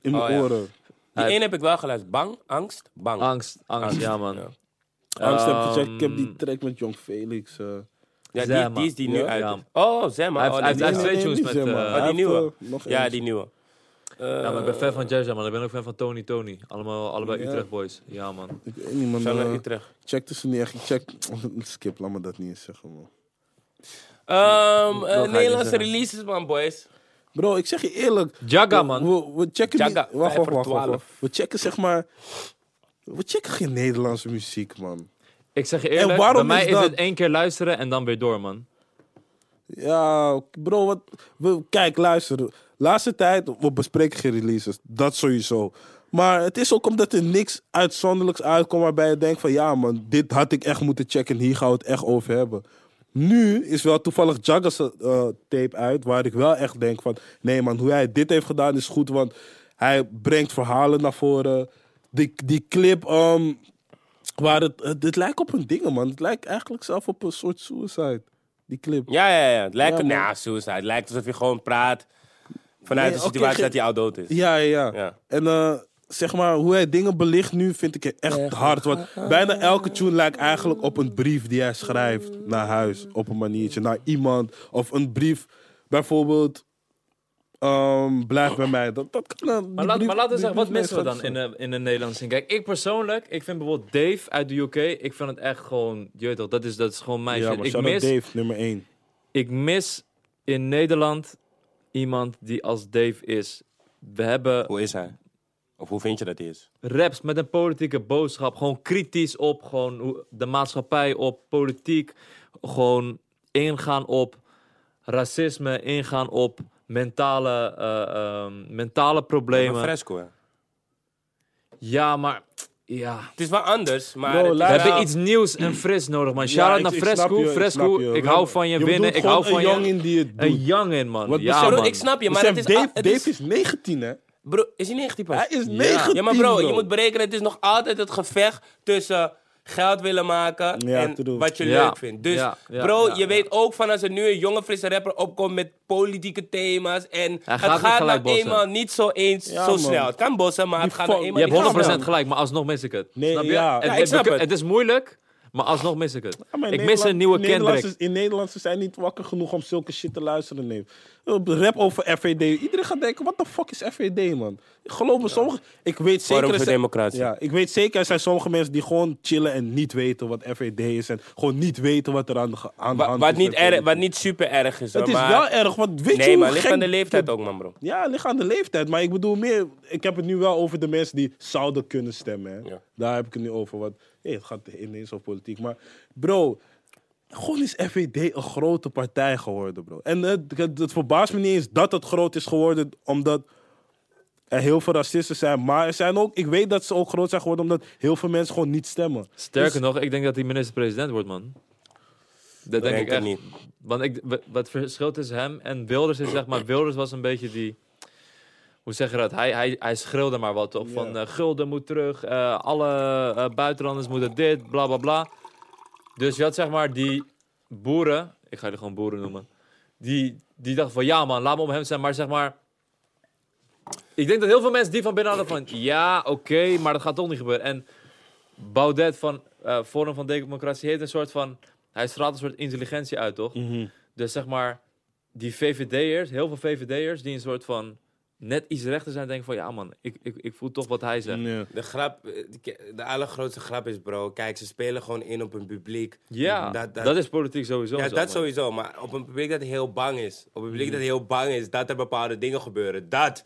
Speaker 2: in mijn
Speaker 1: Oh, ja.
Speaker 2: oren.
Speaker 1: Die
Speaker 3: Hij-
Speaker 1: één heb ik wel geluisterd. Bang, angst, bang.
Speaker 3: Angst, angst, ja man.
Speaker 1: Ja.
Speaker 2: Angst heb ik
Speaker 3: Ehm,
Speaker 2: gecheckt. Ik heb die track met Jong Felix. eh.
Speaker 1: Ja, die,
Speaker 3: Zemma.
Speaker 1: die is die nu
Speaker 2: Ja.
Speaker 1: uit.
Speaker 3: Ja.
Speaker 1: is. Oh, Zemma.
Speaker 3: Hij
Speaker 1: oh,
Speaker 3: heeft-
Speaker 1: nee,
Speaker 3: hij
Speaker 1: die
Speaker 3: heeft
Speaker 1: is-
Speaker 3: twee
Speaker 2: niet
Speaker 3: tunes met,
Speaker 2: zeg maar. Hij
Speaker 3: eh,
Speaker 1: oh, die
Speaker 2: heeft,
Speaker 1: nieuwe.
Speaker 2: eh, nog
Speaker 1: ja,
Speaker 2: eentje.
Speaker 1: die nieuwe. Eh,
Speaker 3: Ja, maar ik ben fan van Jaja man. Ik ben ook fan van Tony Tony. Allemaal, allebei
Speaker 2: Ja.
Speaker 3: Utrecht boys. Ja man.
Speaker 2: Ik weet niet, man.
Speaker 1: Shout out
Speaker 2: eh,
Speaker 1: Utrecht.
Speaker 2: check tussen niet echt. Ik check. [LAUGHS] Skip, laat me dat niet eens zeggen, man.
Speaker 1: Ehm, eh,
Speaker 3: ga ik niet
Speaker 1: Nederlandse
Speaker 3: zeggen.
Speaker 1: releases, man, boys.
Speaker 2: Bro, ik zeg je eerlijk.
Speaker 3: Jaga
Speaker 2: we-
Speaker 3: man.
Speaker 2: We, we checken niet-
Speaker 1: Jaga,
Speaker 2: wacht,
Speaker 1: vijf
Speaker 2: wacht,
Speaker 1: voor
Speaker 2: wacht, wacht,
Speaker 1: twaalf.
Speaker 2: We checken zeg maar. We checken geen Nederlandse muziek, man.
Speaker 3: Ik zeg je eerlijk,
Speaker 2: En
Speaker 3: bij
Speaker 2: waarom
Speaker 3: mij
Speaker 2: is
Speaker 3: is
Speaker 2: dat?
Speaker 3: het één keer luisteren en dan weer door man.
Speaker 2: Ja, bro, wat, we, kijk, luister. Laatste tijd, we bespreken geen releases. Dat sowieso. Maar het is ook omdat er niks uitzonderlijks uitkomt waarbij je denkt van... Ja man, dit had ik echt moeten checken. Hier gaan we het echt over hebben. Nu is wel toevallig Jagger's eh, tape uit. Waar ik wel echt denk van... Nee man, hoe hij dit heeft gedaan is goed. Want hij brengt verhalen naar voren. Die, die clip... ehm, waar het, het, het lijkt op een ding man. Het lijkt eigenlijk zelf op een soort suicide. Die clip.
Speaker 1: Ja, ja, ja. Het lijkt,
Speaker 2: Ja, man.
Speaker 1: nou, suicide. Het lijkt alsof je gewoon praat vanuit
Speaker 2: Nee,
Speaker 1: de
Speaker 2: oké,
Speaker 1: situatie
Speaker 2: ge-
Speaker 1: dat hij oud dood is.
Speaker 2: Ja, ja, ja.
Speaker 1: Ja.
Speaker 2: En eh, zeg maar, hoe hij dingen belicht nu vind ik echt hard. Want bijna elke tune lijkt eigenlijk op een brief die hij schrijft naar huis. Op een maniertje, naar iemand. Of een brief, bijvoorbeeld, ehm, blijf bij mij. Dat, dat kan, eh, die
Speaker 3: Maar, laat,
Speaker 2: brief-
Speaker 3: maar laten
Speaker 2: die
Speaker 3: we zeggen,
Speaker 2: brief
Speaker 3: wat missen we
Speaker 2: leest
Speaker 3: dan
Speaker 2: dat
Speaker 3: in
Speaker 2: zo.
Speaker 3: de, in de Nederlandse zin? Kijk, ik persoonlijk, ik vind bijvoorbeeld Dave uit de UK, ik vind het echt gewoon, je weet toch, dat is, dat is gewoon mijn
Speaker 2: Ja,
Speaker 3: shit.
Speaker 2: maar
Speaker 3: Ik
Speaker 2: shout-out
Speaker 3: mis,
Speaker 2: Dave, nummer 1.
Speaker 3: ik mis in Nederland iemand die als Dave is. We hebben
Speaker 1: Hoe is hij? Of hoe vind je dat hij is?
Speaker 3: raps met een politieke boodschap. Gewoon kritisch op gewoon hoe- de maatschappij, op politiek. Gewoon ingaan op racisme, ingaan op mentale, eh, ehm, mentale
Speaker 1: Een
Speaker 3: problemen.
Speaker 1: fresco, hè?
Speaker 3: Ja, maar... Ja.
Speaker 1: Het is wel anders, maar...
Speaker 2: Bro,
Speaker 1: het is
Speaker 2: laat-
Speaker 3: We
Speaker 1: wel-
Speaker 3: hebben iets nieuws en fris nodig, man.
Speaker 2: Ja,
Speaker 3: Shout-out
Speaker 2: ik-
Speaker 3: naar
Speaker 2: ik snap
Speaker 3: Fresco.
Speaker 2: je, ik
Speaker 3: Fresco,
Speaker 2: snap
Speaker 3: ik,
Speaker 2: je.
Speaker 3: hou van je,
Speaker 2: Je
Speaker 3: winnen.
Speaker 2: bedoelt
Speaker 3: Ik hou
Speaker 2: gewoon
Speaker 3: van
Speaker 2: een
Speaker 3: je.
Speaker 2: youngin die het
Speaker 3: Een
Speaker 2: doet.
Speaker 3: jongin, man.
Speaker 2: Wat
Speaker 3: ja,
Speaker 2: besef-
Speaker 1: Bro,
Speaker 3: man.
Speaker 1: ik snap je, maar
Speaker 2: Besef,
Speaker 1: het is...
Speaker 2: Dus
Speaker 3: ah,
Speaker 2: Dave,
Speaker 1: het
Speaker 2: Dave
Speaker 1: is-
Speaker 2: is... 19, hè?
Speaker 1: Bro, is hij 19 pas?
Speaker 2: Hij is 19,
Speaker 1: Ja, maar bro, je
Speaker 2: bro.
Speaker 1: moet berekenen, het is nog altijd het gevecht tussen geld willen maken
Speaker 2: Ja,
Speaker 1: en
Speaker 2: true.
Speaker 1: wat je
Speaker 3: Ja,
Speaker 1: leuk vindt. Dus
Speaker 3: ja, ja,
Speaker 1: bro,
Speaker 3: ja,
Speaker 1: je
Speaker 3: ja.
Speaker 1: weet ook van als er nu een jonge frisse rapper opkomt met politieke thema's en
Speaker 3: Hij
Speaker 1: het
Speaker 3: gaat niet
Speaker 1: gaat nou
Speaker 3: gelijk bossen.
Speaker 1: eenmaal niet zo eens
Speaker 2: Ja,
Speaker 1: zo
Speaker 2: man.
Speaker 1: snel. Het kan bossen, maar het
Speaker 2: Die
Speaker 1: gaat nou
Speaker 2: fuck-
Speaker 1: eenmaal
Speaker 3: Je
Speaker 1: niet zo
Speaker 3: hebt 100%
Speaker 1: snel.
Speaker 3: gelijk, maar alsnog mis ik het.
Speaker 2: Nee,
Speaker 3: snap je?
Speaker 2: ja.
Speaker 3: Het,
Speaker 2: Ja,
Speaker 1: ik snap
Speaker 3: we-
Speaker 1: het.
Speaker 3: het is moeilijk, maar alsnog mis ik het.
Speaker 2: Ja, maar in
Speaker 3: ik mis een
Speaker 2: Nederland-
Speaker 3: nieuwe
Speaker 2: in Nederland
Speaker 3: Kendrick.
Speaker 2: is- in Nederland ze zijn niet wakker genoeg om zulke shit te luisteren. Nee. Eh, Rap over FVD. Iedereen gaat denken, wat de fuck is FVD, man? Geloof me, sommige... Ik weet zeker...
Speaker 1: Forum
Speaker 2: er
Speaker 1: voor
Speaker 2: zijn-
Speaker 1: Democratie.
Speaker 2: Ja, ik weet zeker, er zijn sommige mensen die gewoon chillen en niet weten wat FVD is. En gewoon niet weten wat er aan de, ge- aan de
Speaker 1: Wa-
Speaker 2: hand
Speaker 1: Wat
Speaker 2: is.
Speaker 1: niet,
Speaker 2: met
Speaker 1: erg,
Speaker 2: politiek.
Speaker 1: wat niet super erg is. hoor,
Speaker 2: Het is
Speaker 1: maar,
Speaker 2: wel erg, want weet je
Speaker 1: Nee,
Speaker 2: hoe
Speaker 1: maar ligt
Speaker 2: gek
Speaker 1: aan de leeftijd ook, man, bro.
Speaker 2: ja, het ligt aan de leeftijd. Maar ik bedoel meer, ik heb het nu wel over de mensen die zouden kunnen stemmen. Hè.
Speaker 1: Ja.
Speaker 2: Daar heb ik het nu over. Want hé, het gaat ineens over politiek. Maar bro, gewoon is FVD een grote partij geworden, bro. En het, het, het verbaast me niet eens dat het groot is geworden, omdat er heel veel racisten zijn. Maar er zijn ook, ik weet dat ze ook groot zijn geworden, omdat heel veel mensen gewoon niet stemmen.
Speaker 3: Sterker nog, ik denk dat hij minister-president wordt, man. Dat denk
Speaker 1: denk
Speaker 3: ik
Speaker 1: ik
Speaker 3: echt.
Speaker 1: niet.
Speaker 3: Want ik, wa- wat verschilt tussen hem en Wilders is, zeg maar, Wilders was een beetje die... Hoe zeg je dat? Hij, hij, hij schreeuwde maar wat, toch? Van
Speaker 2: Ja.
Speaker 3: eh, gulden moet terug, eh, alle eh, buitenlanders moeten dit, bla, bla, bla. Dus je had, zeg maar, die boeren... Ik ga jullie gewoon boeren noemen. Die, die dachten van, ja man, laat me om hem zijn. Maar zeg maar... Ik denk dat heel veel mensen die van binnen hadden van... Ja, oké, maar dat gaat toch niet gebeuren. En Baudet van eh, Forum van Democratie heeft een soort van... Hij straalt een soort intelligentie uit, toch?
Speaker 1: Mhm.
Speaker 3: Dus zeg maar, die VVD'ers, heel veel VVD'ers... die een soort van net iets rechter zijn... denken van, ja man, ik, ik, ik voel toch wat hij zegt.
Speaker 2: Ja.
Speaker 1: De grap, eh, de- de allergrootste grap is, bro, kijk, ze spelen gewoon in op een publiek.
Speaker 3: Ja, dat,
Speaker 1: Dat- dat-
Speaker 3: is politiek sowieso.
Speaker 1: Ja,
Speaker 3: zo,
Speaker 1: dat
Speaker 3: man. Mhm.
Speaker 1: sowieso. Maar op een publiek dat heel bang is. Op een publiek dat heel bang is dat er bepaalde dingen gebeuren. Dat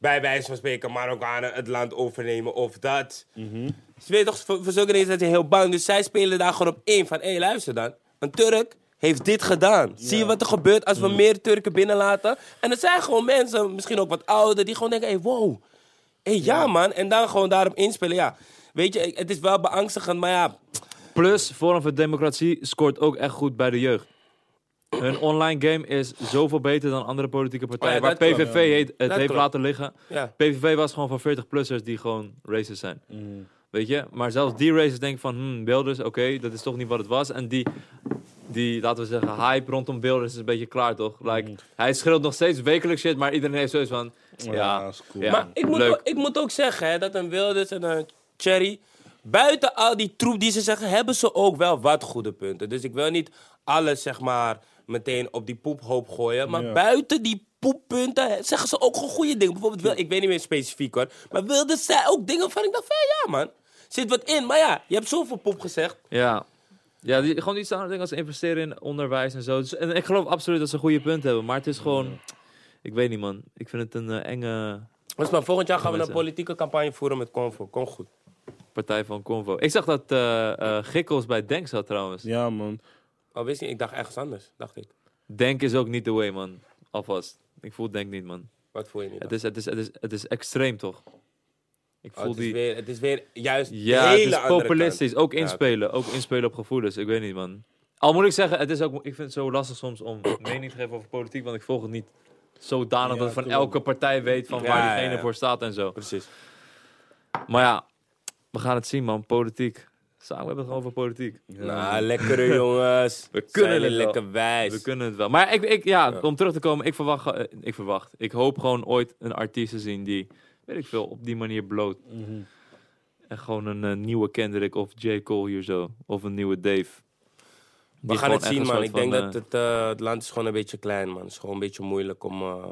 Speaker 1: bij wijze van spreken Marokkanen het land overnemen of dat.
Speaker 3: Mhm.
Speaker 1: Ze weten toch, voor, voor zulke dingen zijn ze heel bang. Dus zij spelen daar gewoon op één van, hé hey, luister dan. Een Turk heeft dit gedaan. Zie je wat er gebeurt als
Speaker 3: Mhm.
Speaker 1: we meer Turken binnenlaten? En het zijn gewoon mensen, misschien ook wat ouder, die gewoon denken, hé hey, wow. Hé hey, ja man. En dan gewoon daarop inspelen, ja. Weet je, het is wel beangstigend, maar ja.
Speaker 3: Plus, Forum voor Democratie scoort ook echt goed bij de jeugd. Hun online game is zoveel beter dan andere politieke partijen.
Speaker 1: Oh ja,
Speaker 3: waar
Speaker 1: dat klopt.
Speaker 3: PVV heet, het
Speaker 1: Dat
Speaker 3: heeft
Speaker 1: klopt.
Speaker 3: laten liggen.
Speaker 1: ja.
Speaker 3: PVV was gewoon van 40-plussers die gewoon racist zijn.
Speaker 2: Mhm.
Speaker 3: Weet je? Maar zelfs die racers denken van, hmm, Wilders, oké, dat is toch niet wat het was. En die, die, laten we zeggen, hype rondom Wilders is een beetje klaar, toch? Like,
Speaker 2: Mhm.
Speaker 3: Hij schreeuwt nog steeds wekelijks shit, maar iedereen heeft zoiets van, ja, ja,
Speaker 2: is cool.
Speaker 1: Maar ik moet,
Speaker 3: leuk.
Speaker 1: ook, ik moet ook zeggen hè, dat een Wilders en een Cherry. Buiten al die troep die ze zeggen, hebben ze ook wel wat goede punten. Dus ik wil niet alles zeg maar meteen op die poephoop gooien. Maar
Speaker 2: Ja.
Speaker 1: buiten die poeppunten hè, zeggen ze ook gewoon goede dingen. Bijvoorbeeld, Wil- ik weet niet meer specifiek hoor. Maar Wilders zei ook dingen van ik dacht van ja man. Zit wat in, maar ja, je hebt zoveel poep gezegd.
Speaker 3: Ja. Ja, die, gewoon iets aan dingen als investeren in onderwijs en zo. Dus, en ik geloof absoluut dat ze goede punten hebben. Maar het is gewoon... Ik weet niet, man. Ik vind het een eh, enge
Speaker 1: Dus maar volgend jaar gaan we
Speaker 3: Ja,
Speaker 1: een
Speaker 3: mensen.
Speaker 1: politieke campagne voeren met Convo. Kom goed.
Speaker 3: partij van Convo. Ik zag dat eh, eh, Gikkels bij Denk zat, trouwens.
Speaker 2: Ja, man.
Speaker 1: Oh, wist je, ik dacht ergens anders, dacht ik.
Speaker 3: Denk is ook niet the way, man. Alvast. Ik voel Denk niet, man.
Speaker 1: Wat voel je niet?
Speaker 3: Het
Speaker 1: dan?
Speaker 3: is, het is, het is, het is extreem, toch? Ik
Speaker 1: Oh,
Speaker 3: voel
Speaker 1: het, is
Speaker 3: die...
Speaker 1: weer, het is weer juist
Speaker 3: Ja,
Speaker 1: de hele
Speaker 3: het is
Speaker 1: andere
Speaker 3: populistisch.
Speaker 1: kant.
Speaker 3: Ook
Speaker 1: Ja,
Speaker 3: inspelen. Ook inspelen op gevoelens. Ik weet niet, man. Al moet ik zeggen, het is ook, ik vind het zo lastig soms
Speaker 1: [COUGHS]
Speaker 3: om mening te geven over politiek. Want ik volg het niet zodanig
Speaker 2: Ja,
Speaker 3: dat ik van
Speaker 2: klopt.
Speaker 3: elke partij weet van
Speaker 1: Ja,
Speaker 3: waar
Speaker 1: ja,
Speaker 3: diegene
Speaker 1: ja.
Speaker 3: voor staat en zo.
Speaker 1: Precies.
Speaker 3: Maar ja, we gaan het zien, man. Politiek. Samen hebben we het gewoon over politiek.
Speaker 1: Nou,
Speaker 3: [LAUGHS]
Speaker 1: lekkere jongens. We
Speaker 3: kunnen
Speaker 1: Zijn
Speaker 3: het wel.
Speaker 1: lekker wijs.
Speaker 3: We kunnen het wel. Maar ik, ik, ja, om terug te komen, ik verwacht, eh, ik verwacht. Ik hoop gewoon ooit een artiest te zien die, weet ik veel, op die manier bloot.
Speaker 1: Mhm.
Speaker 3: En gewoon een eh, nieuwe Kendrick of J. Cole hier zo. Of een nieuwe Dave.
Speaker 1: We
Speaker 3: Die
Speaker 1: gaan
Speaker 3: gewoon
Speaker 1: het
Speaker 3: echt
Speaker 1: zien,
Speaker 3: een
Speaker 1: man.
Speaker 3: soort
Speaker 1: Ik denk
Speaker 3: van,
Speaker 1: dat
Speaker 3: eh,
Speaker 1: het, eh, het land is gewoon een beetje klein, man. Het is gewoon een beetje moeilijk om eh,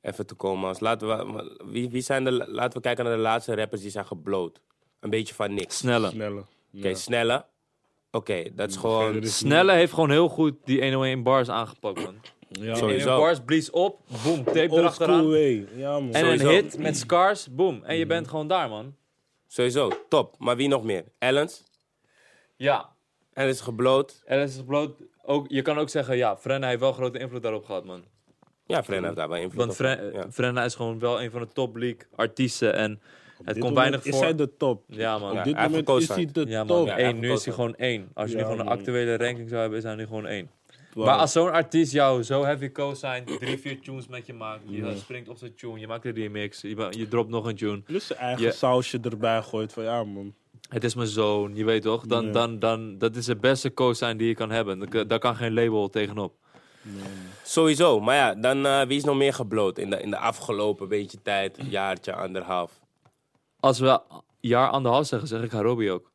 Speaker 1: even te komen. Als, laten, we, wie, wie zijn de, laten we kijken naar de laatste rappers die zijn gebloot. Een beetje van niks.
Speaker 3: Snelle.
Speaker 2: Sneller. Ja.
Speaker 1: Oké, Snelle. dat is gewoon...
Speaker 3: Snelle heeft gewoon heel goed die 101 bars aangepakt, man.
Speaker 2: Ja,
Speaker 1: Sorry. Sowieso.
Speaker 3: 101 bars, blies op, boom, tape
Speaker 2: Old school
Speaker 3: erachteraan.
Speaker 2: way. Ja, man.
Speaker 3: En een
Speaker 1: eh, Sowieso. Mm.
Speaker 3: hit met scars, boom. En je bent gewoon daar, man.
Speaker 1: Sowieso, top. Maar wie nog meer? Ellens.
Speaker 3: Ja,
Speaker 1: Ellens is gebloot.
Speaker 3: en dat is bloot... Ook, je kan ook zeggen, ja, Frenna heeft wel grote invloed daarop gehad, man.
Speaker 1: Ja, Frenna heeft daar wel invloed
Speaker 3: Want
Speaker 1: op.
Speaker 3: Fre-
Speaker 1: Ja.
Speaker 3: Frenna is gewoon wel een van de top league artiesten. En het
Speaker 2: Dit
Speaker 3: komt
Speaker 2: moment
Speaker 3: weinig
Speaker 2: Is hij
Speaker 3: voor.
Speaker 2: de top?
Speaker 3: Ja, man.
Speaker 2: Op
Speaker 3: Ja,
Speaker 2: dit
Speaker 1: hij heeft
Speaker 2: moment is
Speaker 1: gekozen.
Speaker 2: hij de
Speaker 3: Ja, man.
Speaker 2: top.
Speaker 1: Ja,
Speaker 3: één. Nu is hij gewoon één. Als je nu
Speaker 2: Ja,
Speaker 3: gewoon een
Speaker 2: man.
Speaker 3: actuele ranking zou hebben, is hij nu gewoon één.
Speaker 2: Wow.
Speaker 3: Maar als zo'n artiest jou zo heavy co-sign, drie, vier tunes met je maakt, je springt op zijn tune, je maakt een remix, je, ma- je dropt nog een tune.
Speaker 2: Plus zijn eigen
Speaker 3: Ja.
Speaker 2: sausje erbij gooit van ja, man.
Speaker 3: Het is mijn zoon, je weet toch? Dan,
Speaker 2: Ja.
Speaker 3: dan, dan, dat is de beste co-sign die je kan hebben. Daar- Daar kan geen label tegenop.
Speaker 1: Sowieso, maar ja, dan eh, wie is nog meer gebloot in de, in de afgelopen beetje tijd? Een jaartje, anderhalf.
Speaker 3: Als we jaar anderhalf zeggen, zeg ik Harobi ook.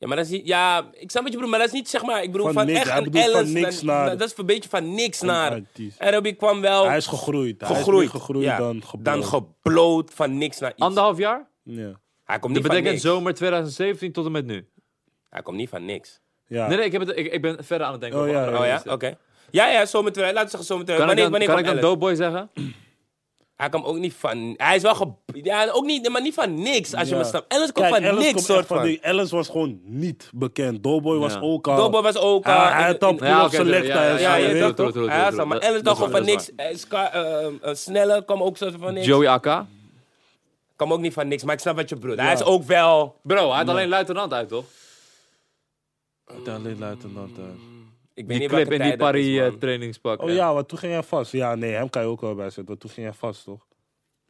Speaker 1: Ja, maar dat is niet... Ja, ik snap wat je bedoelt, maar dat is niet zeg maar... Ik bedoel van,
Speaker 2: Van niks,
Speaker 1: echt
Speaker 2: hij
Speaker 1: een
Speaker 2: bedoelt van
Speaker 1: Ellens.
Speaker 2: niks
Speaker 1: dan-
Speaker 2: naar-
Speaker 1: nou, Dat is een beetje van niks naar...
Speaker 2: artiest.
Speaker 1: En Robbie kwam wel
Speaker 2: Hij is gegroeid. Hij
Speaker 1: Oh. gegroeid.
Speaker 2: is meer gegroeid
Speaker 1: Ja,
Speaker 2: dan gebloot.
Speaker 1: dan gebloot van niks naar iets.
Speaker 3: Anderhalf jaar?
Speaker 2: ja.
Speaker 1: Hij komt
Speaker 3: Dat
Speaker 1: niet van
Speaker 3: betekent
Speaker 1: niks.
Speaker 3: zomer 2017 tot en met nu.
Speaker 1: Hij komt niet van niks.
Speaker 2: Ja.
Speaker 3: Nee, nee, ik, heb het, ik, ik ben verder aan het denken.
Speaker 2: Oh,
Speaker 3: over
Speaker 2: ja,
Speaker 3: andere
Speaker 1: Oh ja, oké.
Speaker 3: artiesten.
Speaker 1: Ja, ja, zometeen. Laten we zeggen zometeen.
Speaker 3: Kan ik
Speaker 1: Wanneer,
Speaker 3: dan,
Speaker 1: wanneer
Speaker 3: kan ik
Speaker 1: kwam
Speaker 3: dan
Speaker 1: Ellens?
Speaker 3: Doughboy zeggen?
Speaker 1: Hij kwam ook niet van... Hij is wel ge... Ja, ook niet, maar niet van niks, als je
Speaker 2: Ja.
Speaker 1: me snapt. Ellens komt
Speaker 2: Kijk,
Speaker 1: van
Speaker 2: Ellis
Speaker 1: niks,
Speaker 2: komt
Speaker 1: soort
Speaker 2: echt
Speaker 1: van.
Speaker 2: die- Ellis was gewoon niet bekend. Doughboy was
Speaker 3: Ja.
Speaker 2: ook al...
Speaker 1: Dobbo was ook...
Speaker 2: Hij-
Speaker 1: eh,
Speaker 2: hij
Speaker 1: in-
Speaker 2: had al
Speaker 1: in-
Speaker 2: pull
Speaker 3: oké,
Speaker 2: selecta
Speaker 3: ja, ja,
Speaker 2: en zo,
Speaker 1: Ja,
Speaker 2: je
Speaker 1: je
Speaker 2: weet
Speaker 1: weet
Speaker 3: true,
Speaker 1: toch?
Speaker 3: true,
Speaker 1: Ja,
Speaker 3: true,
Speaker 1: zo, maar
Speaker 3: true.
Speaker 1: Ellens
Speaker 3: Dat
Speaker 1: dan
Speaker 3: is
Speaker 1: gewoon
Speaker 3: waar,
Speaker 1: van
Speaker 3: dat
Speaker 1: niks.
Speaker 3: is
Speaker 1: Eh, Ska- eh, eh, Sneller kwam ook zo van niks.
Speaker 3: Joey Akka?
Speaker 1: Kwam ook niet van niks, maar ik snap wat je bedoelt. Hij is ook wel...
Speaker 3: Bro, hij had alleen luitenant uit, toch?
Speaker 2: toch? Alleen luitenant. eh.
Speaker 1: Ik weet
Speaker 3: Die
Speaker 1: niet
Speaker 3: clip
Speaker 1: welke
Speaker 3: in die
Speaker 1: tijd dat is,
Speaker 3: Paris
Speaker 1: man.
Speaker 3: eh, trainingspak.
Speaker 2: Oh
Speaker 3: hè.
Speaker 2: ja, want toen ging hij vast. Ja, nee, hem kan je ook wel bij zetten. Want toen ging hij vast, toch?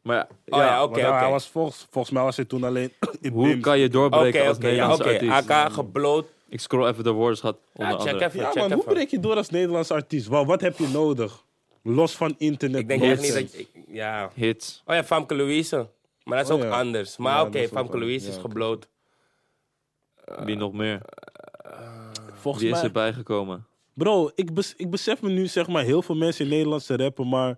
Speaker 3: Maar ja,
Speaker 1: Oh ja, oké,
Speaker 2: Want hij- hij
Speaker 1: oké.
Speaker 2: was volgens, volgens mij was hij toen alleen [CLEARS THROAT] in
Speaker 3: hoe
Speaker 2: BIMS.
Speaker 3: kan je doorbreken
Speaker 1: Oké,
Speaker 3: als
Speaker 1: oké, ja,
Speaker 3: Nederlandse
Speaker 1: oké.
Speaker 3: artiest?
Speaker 1: AK gebloot.
Speaker 3: Ik scroll even de woorden, schat. Onder
Speaker 1: Ja, check
Speaker 3: andere.
Speaker 1: even,
Speaker 2: Ja,
Speaker 1: check
Speaker 2: man, hoe
Speaker 1: even.
Speaker 2: breek je door als Nederlands artiest? Wel, wat heb je nodig? Los van internet.
Speaker 1: Ik denk echt niet dat... ik- Ja.
Speaker 3: Hits.
Speaker 1: Oh ja, Famke Louise. Maar dat is
Speaker 2: Oh
Speaker 1: ook
Speaker 2: ja.
Speaker 1: anders. Maar
Speaker 2: Ja,
Speaker 1: oké,
Speaker 2: dat is ook
Speaker 1: Famke
Speaker 2: wel-
Speaker 1: Louise
Speaker 2: ja,
Speaker 1: is
Speaker 2: oké.
Speaker 1: gebloot.
Speaker 3: Wie nog meer?
Speaker 2: Volgens
Speaker 3: Wie is
Speaker 2: mij-
Speaker 3: erbij gekomen?
Speaker 2: Bro, ik, bes- ik besef me nu, zeg maar, heel veel mensen in Nederlandse rappen, maar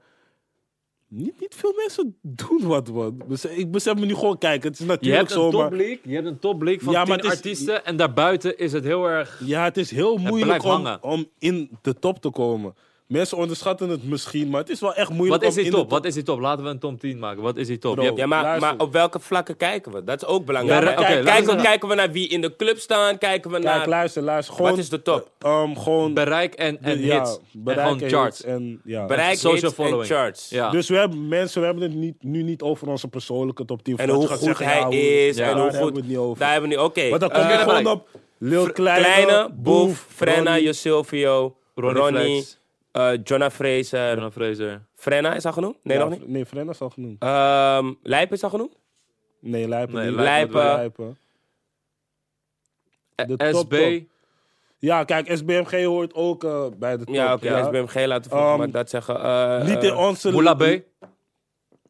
Speaker 2: niet, niet veel mensen doen wat, man. Bes- Ik besef me nu gewoon, kijk, het is
Speaker 3: Je
Speaker 2: natuurlijk
Speaker 3: hebt
Speaker 2: zo,
Speaker 3: een
Speaker 2: maar...
Speaker 3: topleague, je hebt een topleague van
Speaker 2: Ja, maar
Speaker 3: 10
Speaker 2: het is-
Speaker 3: artiesten en daarbuiten is het heel erg...
Speaker 2: Ja, het is heel moeilijk
Speaker 3: blijft
Speaker 2: om,
Speaker 3: hangen.
Speaker 2: om in de top te komen. Mensen onderschatten het misschien, maar het is wel echt moeilijk
Speaker 3: Wat is
Speaker 2: om
Speaker 3: die
Speaker 2: in de
Speaker 3: top? Wat is die top? Laten we een top 10 maken. Wat is die top?
Speaker 2: Bro.
Speaker 3: Je hebt-
Speaker 1: Ja, maar,
Speaker 2: Luister.
Speaker 1: maar op welke vlakken kijken we? Dat is ook belangrijk.
Speaker 3: Ja,
Speaker 1: hè?
Speaker 3: oké,
Speaker 1: Kijk-
Speaker 3: luister
Speaker 1: kijken,
Speaker 3: dan.
Speaker 1: kijken we naar wie in de club staan? Kijken we
Speaker 2: Kijk,
Speaker 1: naar...
Speaker 2: luister, luister. Gewoon,
Speaker 1: is de top?
Speaker 2: eh, ehm, gewoon...
Speaker 3: Bereik en, en
Speaker 2: ja,
Speaker 3: hits.
Speaker 2: bereik
Speaker 3: en
Speaker 2: en
Speaker 3: gewoon
Speaker 2: hits
Speaker 3: charts.
Speaker 2: En, ja.
Speaker 1: bereik,
Speaker 3: Social
Speaker 1: hits en
Speaker 3: following.
Speaker 1: charts.
Speaker 3: Ja.
Speaker 2: Dus we hebben mensen, we hebben het niet, nu niet over onze persoonlijke top 10.
Speaker 1: En hoe
Speaker 2: voordat je gaat
Speaker 1: goed
Speaker 2: zeggen,
Speaker 1: hij
Speaker 2: ja, hoe-
Speaker 1: is.
Speaker 3: ja,
Speaker 1: en
Speaker 2: daar
Speaker 1: hoe
Speaker 2: hebben
Speaker 1: goed,
Speaker 2: we het niet over.
Speaker 1: Daar hebben we niet... Oké.
Speaker 2: Want dan kom je
Speaker 1: eh,
Speaker 3: Oké,
Speaker 2: gewoon
Speaker 3: bereik.
Speaker 2: op Lil Kleine,
Speaker 1: Kleine, Boef, Frenna,
Speaker 2: Ronnie.
Speaker 1: Josilvio, Ronnie,
Speaker 3: Ronnie
Speaker 1: Ronnie
Speaker 3: Flex.
Speaker 1: eh, Jonna Fraser.
Speaker 3: Jonah Fraser.
Speaker 1: Frenna is al genoemd? Nee,
Speaker 2: Ja,
Speaker 1: nog niet.
Speaker 2: Nee, Frenna is al genoemd.
Speaker 1: Ehm Lijp is al genoemd?
Speaker 2: Nee, Lijpen.
Speaker 3: Nee,
Speaker 2: niet.
Speaker 1: Lijpen.
Speaker 2: Lijpen. De top,
Speaker 3: SB.
Speaker 2: top. Ja, kijk, SBMG hoort ook eh, bij de top.
Speaker 1: Ja, oké. SBMG laten we volgens
Speaker 2: Ehm,
Speaker 1: mij dat zeggen. Eh,
Speaker 2: Niet in
Speaker 1: eh,
Speaker 2: onze...
Speaker 3: Moula B.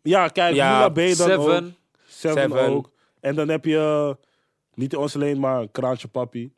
Speaker 2: Ja, kijk,
Speaker 1: Ja,
Speaker 2: Moula B dan ook.
Speaker 3: Seven.
Speaker 2: Seven,
Speaker 1: Seven.
Speaker 2: ook. En dan heb je... eh, niet in onze leen, maar Kraantje Papi.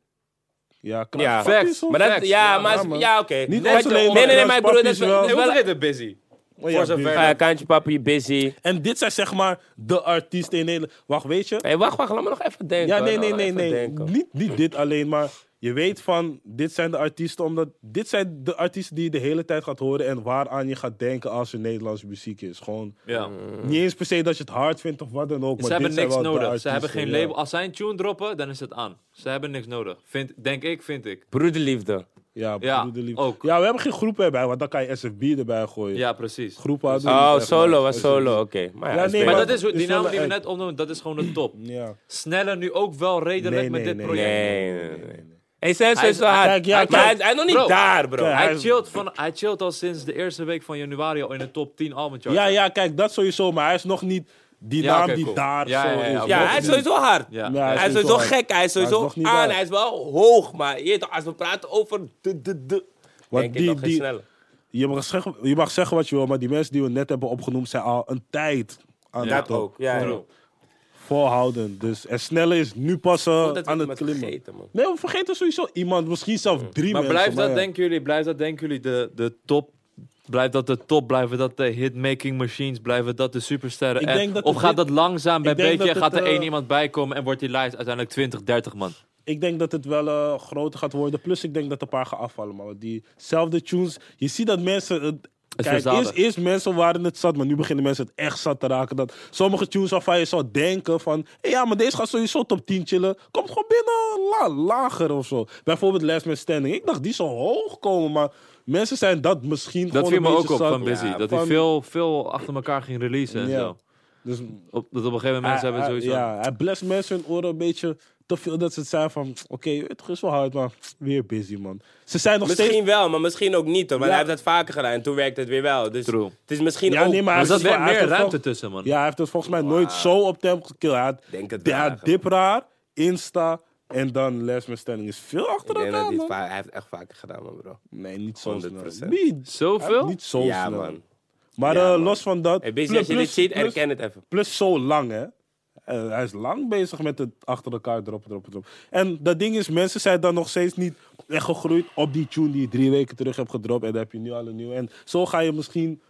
Speaker 2: Ja, Kraantje
Speaker 1: Ja.
Speaker 2: Papi
Speaker 3: Facts.
Speaker 2: is ook-
Speaker 1: Maar dat,
Speaker 3: Facts.
Speaker 1: ja,
Speaker 3: Ja,
Speaker 1: maar...
Speaker 2: man.
Speaker 1: Ja, oké.
Speaker 2: Niet
Speaker 1: Nee,
Speaker 2: onze
Speaker 1: nee,
Speaker 2: leen,
Speaker 1: Nee,
Speaker 2: maar
Speaker 1: nee, maar broer,
Speaker 2: Papi
Speaker 1: dat
Speaker 2: is
Speaker 1: is
Speaker 2: wel-
Speaker 1: dat is wel...
Speaker 3: reden busy.
Speaker 2: Oh ja,
Speaker 3: Voor zover.
Speaker 2: duur.
Speaker 1: Eh, Kaantje Papi, Busy.
Speaker 2: En dit zijn zeg maar de artiesten in Nederland. Wacht, weet je?
Speaker 1: Hé, hey, wacht, wacht, laat me nog even denken.
Speaker 2: Ja, nee,
Speaker 1: Laat
Speaker 2: nee,
Speaker 1: me
Speaker 2: nee,
Speaker 1: even
Speaker 2: nee.
Speaker 1: denken.
Speaker 2: Niet, niet dit alleen, maar je weet van dit zijn de artiesten, omdat dit zijn de artiesten die je de hele tijd gaat horen en waaraan je gaat denken als er Nederlandse muziek is. Gewoon
Speaker 3: Ja.
Speaker 2: niet eens per se dat je het hard vindt of wat dan ook. Maar
Speaker 3: Mm. Ze hebben
Speaker 2: dit zijn
Speaker 3: niks
Speaker 2: wel de
Speaker 3: nodig. Ze
Speaker 2: artiesten,
Speaker 3: hebben geen
Speaker 2: ja.
Speaker 3: label. Als zij een tune droppen, dan is het aan. Ze hebben niks nodig. Vind, denk ik, vind ik.
Speaker 1: Broederliefde.
Speaker 2: Ja,
Speaker 3: Ja,
Speaker 2: broederlief.
Speaker 3: ook.
Speaker 2: ja, we hebben geen groepen erbij, want dan kan je SFB erbij gooien.
Speaker 3: Ja, precies.
Speaker 2: Groepen hadden we
Speaker 1: Oh,
Speaker 2: niet echt,
Speaker 1: solo,
Speaker 2: maar-
Speaker 1: was solo, oké. Maar,
Speaker 2: Ja,
Speaker 1: ja, is
Speaker 2: nee,
Speaker 1: beter.
Speaker 3: Maar
Speaker 2: Maar
Speaker 3: dat is,
Speaker 2: het
Speaker 3: die
Speaker 2: is wel
Speaker 3: namen die we
Speaker 2: een-
Speaker 3: net opnoemen, dat is gewoon de top.
Speaker 2: Ja.
Speaker 3: Sneller nu ook wel redelijk
Speaker 2: Nee,
Speaker 3: met
Speaker 2: nee,
Speaker 3: dit
Speaker 2: nee,
Speaker 3: project.
Speaker 1: Nee, nee, nee. nee. Hey, Sam,
Speaker 3: Hij
Speaker 1: is
Speaker 3: is-
Speaker 1: wel hard.
Speaker 2: Kijk, ja,
Speaker 1: Hij-
Speaker 2: kijk.
Speaker 1: maar hij is- hij is nog niet
Speaker 3: Bro.
Speaker 1: daar, bro.
Speaker 2: Kijk.
Speaker 1: Hij-
Speaker 3: Hij,
Speaker 2: Hij-
Speaker 3: chillt van, hij chillt al sinds de eerste week van januari al in de top 10 albumchart.
Speaker 2: ja, ja, kijk, dat sowieso, maar hij is nog niet die
Speaker 3: Ja,
Speaker 2: naam
Speaker 3: oké,
Speaker 2: die
Speaker 3: cool.
Speaker 2: daar
Speaker 3: Ja,
Speaker 2: zo
Speaker 3: ja, ja,
Speaker 2: is.
Speaker 1: ja,
Speaker 3: Nog
Speaker 1: hij is
Speaker 3: niet.
Speaker 1: sowieso hard.
Speaker 3: Ja.
Speaker 2: Ja,
Speaker 1: Hij is sowieso gek, hij is sowieso
Speaker 2: nog niet
Speaker 1: aan,
Speaker 2: daar.
Speaker 1: hij is wel hoog, maar je weet toch, als we praten over de, de, de,
Speaker 2: Want
Speaker 1: denk ik
Speaker 2: die-
Speaker 1: nog geen
Speaker 2: die-
Speaker 1: sneller.
Speaker 2: Je mag, zeggen, je mag zeggen wat je wil, maar die mensen die we net hebben opgenoemd zijn al een tijd aan
Speaker 3: Ja,
Speaker 2: de top.
Speaker 1: ook, ja, ja.
Speaker 2: Vol- Volhouden. Dus, en Snelle is nu pas eh,
Speaker 1: dat
Speaker 2: aan
Speaker 1: we
Speaker 2: het
Speaker 1: het
Speaker 2: klimmen.
Speaker 1: vergeten, man.
Speaker 2: Nee, we vergeten sowieso iemand, misschien zelfs drie
Speaker 3: Maar
Speaker 2: mensen.
Speaker 3: blijft dat,
Speaker 2: ja.
Speaker 3: denken jullie, blijft dat, denken jullie, de, de top... Blijft dat de top, blijven dat de hitmaking machines, blijven dat de supersterren?
Speaker 2: Ik
Speaker 3: En-
Speaker 2: denk dat
Speaker 3: of
Speaker 2: het
Speaker 3: gaat
Speaker 2: dit-
Speaker 3: dat langzaam bij
Speaker 2: ik denk
Speaker 3: beetje,
Speaker 2: dat
Speaker 3: gaat
Speaker 2: het,
Speaker 3: er
Speaker 2: eh,
Speaker 3: één iemand bij komen en wordt die lijst uiteindelijk 20, 30 man?
Speaker 2: ik denk dat het wel eh, groter gaat worden. Plus, ik denk dat een paar gaan afvallen. Maar diezelfde tunes. Je ziet dat mensen. Het, kijk, eerst,
Speaker 3: verzadigt.
Speaker 2: eerst mensen waren het zat, maar nu beginnen mensen het echt zat te raken. Dat sommige tunes waarvan je zou denken: van hé, ja, maar deze gaat sowieso top 10 chillen. Komt gewoon binnen la- lager of zo. Bijvoorbeeld Last Man Standing. Ik dacht die zou hoog komen, maar mensen zijn dat misschien
Speaker 3: Dat
Speaker 2: gewoon.
Speaker 3: viel me
Speaker 2: een
Speaker 3: ook
Speaker 2: beetje
Speaker 3: op
Speaker 2: zat.
Speaker 3: van Busy.
Speaker 2: Ja,
Speaker 3: dat hij
Speaker 2: van-
Speaker 3: veel, veel achter elkaar ging releasen en
Speaker 2: Ja.
Speaker 3: zo.
Speaker 2: Dus
Speaker 3: Op, dat op een gegeven moment mensen
Speaker 2: hij-
Speaker 3: hebben
Speaker 2: hij-
Speaker 3: sowieso...
Speaker 2: Ah, Ja, hij blest mensen hun oren een beetje te veel dat ze het zijn van... Oké, het is wel hard, maar weer busy, man. Ze zijn nog steeds...
Speaker 1: Misschien wel, maar misschien ook niet. Hoor. Maar
Speaker 2: Ja.
Speaker 1: hij heeft dat vaker gedaan en toen werkte het weer wel. Dus
Speaker 3: True.
Speaker 1: het is misschien
Speaker 2: Ja,
Speaker 1: ook...
Speaker 2: nee, maar hij
Speaker 3: Er zat
Speaker 2: heeft het
Speaker 3: weer
Speaker 2: wel- hij
Speaker 3: meer
Speaker 2: heeft het
Speaker 3: ruimte
Speaker 2: wel-
Speaker 3: tussen, man.
Speaker 2: Ja, hij heeft het volgens mij nooit zo op tempo gekillt. Hij had,
Speaker 1: Denk het
Speaker 2: hij
Speaker 1: wel,
Speaker 2: had
Speaker 1: eigenlijk.
Speaker 2: Dipraar, Insta en dan Les met Stelling. Is veel
Speaker 1: Ik
Speaker 2: achter
Speaker 1: denk dat
Speaker 2: elkaar,
Speaker 1: hij, het
Speaker 2: man.
Speaker 1: va- hij heeft het echt vaker gedaan, man, bro.
Speaker 2: Nee, niet zo snel.
Speaker 1: 100%.
Speaker 2: Niet, hij heeft
Speaker 3: Zoveel?
Speaker 2: niet zo
Speaker 1: ja,
Speaker 2: snel.
Speaker 1: man.
Speaker 2: Maar
Speaker 1: Ja,
Speaker 2: eh,
Speaker 1: man.
Speaker 2: los van dat...
Speaker 1: Hey, Busy,
Speaker 2: plus-
Speaker 1: als je dit
Speaker 2: plus-
Speaker 1: ziet,
Speaker 2: plus-
Speaker 1: herken het even.
Speaker 2: Plus zo lang, hè. Eh, hij is lang bezig met het achter elkaar droppen, droppen, droppen. En dat ding is, mensen zijn dan nog steeds niet echt gegroeid op die tune die je drie weken terug hebt gedropt. En dan heb je nu al een nieuw. En zo ga je misschien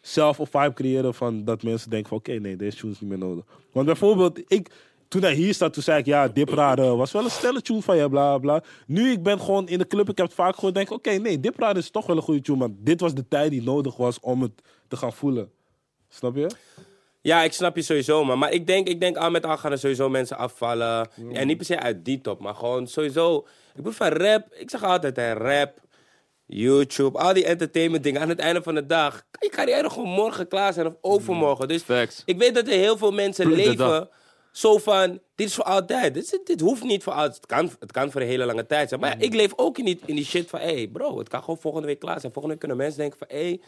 Speaker 2: zelf een vibe creëren van dat mensen denken van... Oké, nee, deze tune is niet meer nodig. Want bijvoorbeeld, ik, toen hij hier staat, toen zei ik... Ja, Dipraar eh, was wel een snelle tune van je, bla, bla. Nu, ik ben gewoon in de club, ik heb het vaak gehoord. denk ik, oké, nee, Dipraar is toch wel een goede tune. Maar dit was de tijd die nodig was om het te gaan voelen. Snap je?
Speaker 1: Ja, ik snap je sowieso, man. Maar ik denk, ik denk aan met aan gaan er sowieso mensen afvallen.
Speaker 3: Mm.
Speaker 1: En niet per se uit die top, maar gewoon sowieso... Ik bedoel van rap, ik zeg altijd, hè, rap, YouTube, al die entertainment dingen. Aan het einde van de dag kan je carrière gewoon morgen klaar zijn of overmorgen. Dus
Speaker 3: Facts.
Speaker 1: ik weet dat er heel veel mensen
Speaker 3: Pluk de
Speaker 1: leven
Speaker 3: dag.
Speaker 1: zo van, dit is voor altijd. Dit, is- dit hoeft niet voor altijd. Het kan, het kan voor een hele lange tijd zijn. Maar
Speaker 3: Mm.
Speaker 1: ja, ik leef ook niet in die shit van, hé hey, bro, het kan gewoon volgende week klaar zijn. Volgende week kunnen mensen denken van, hé, hey,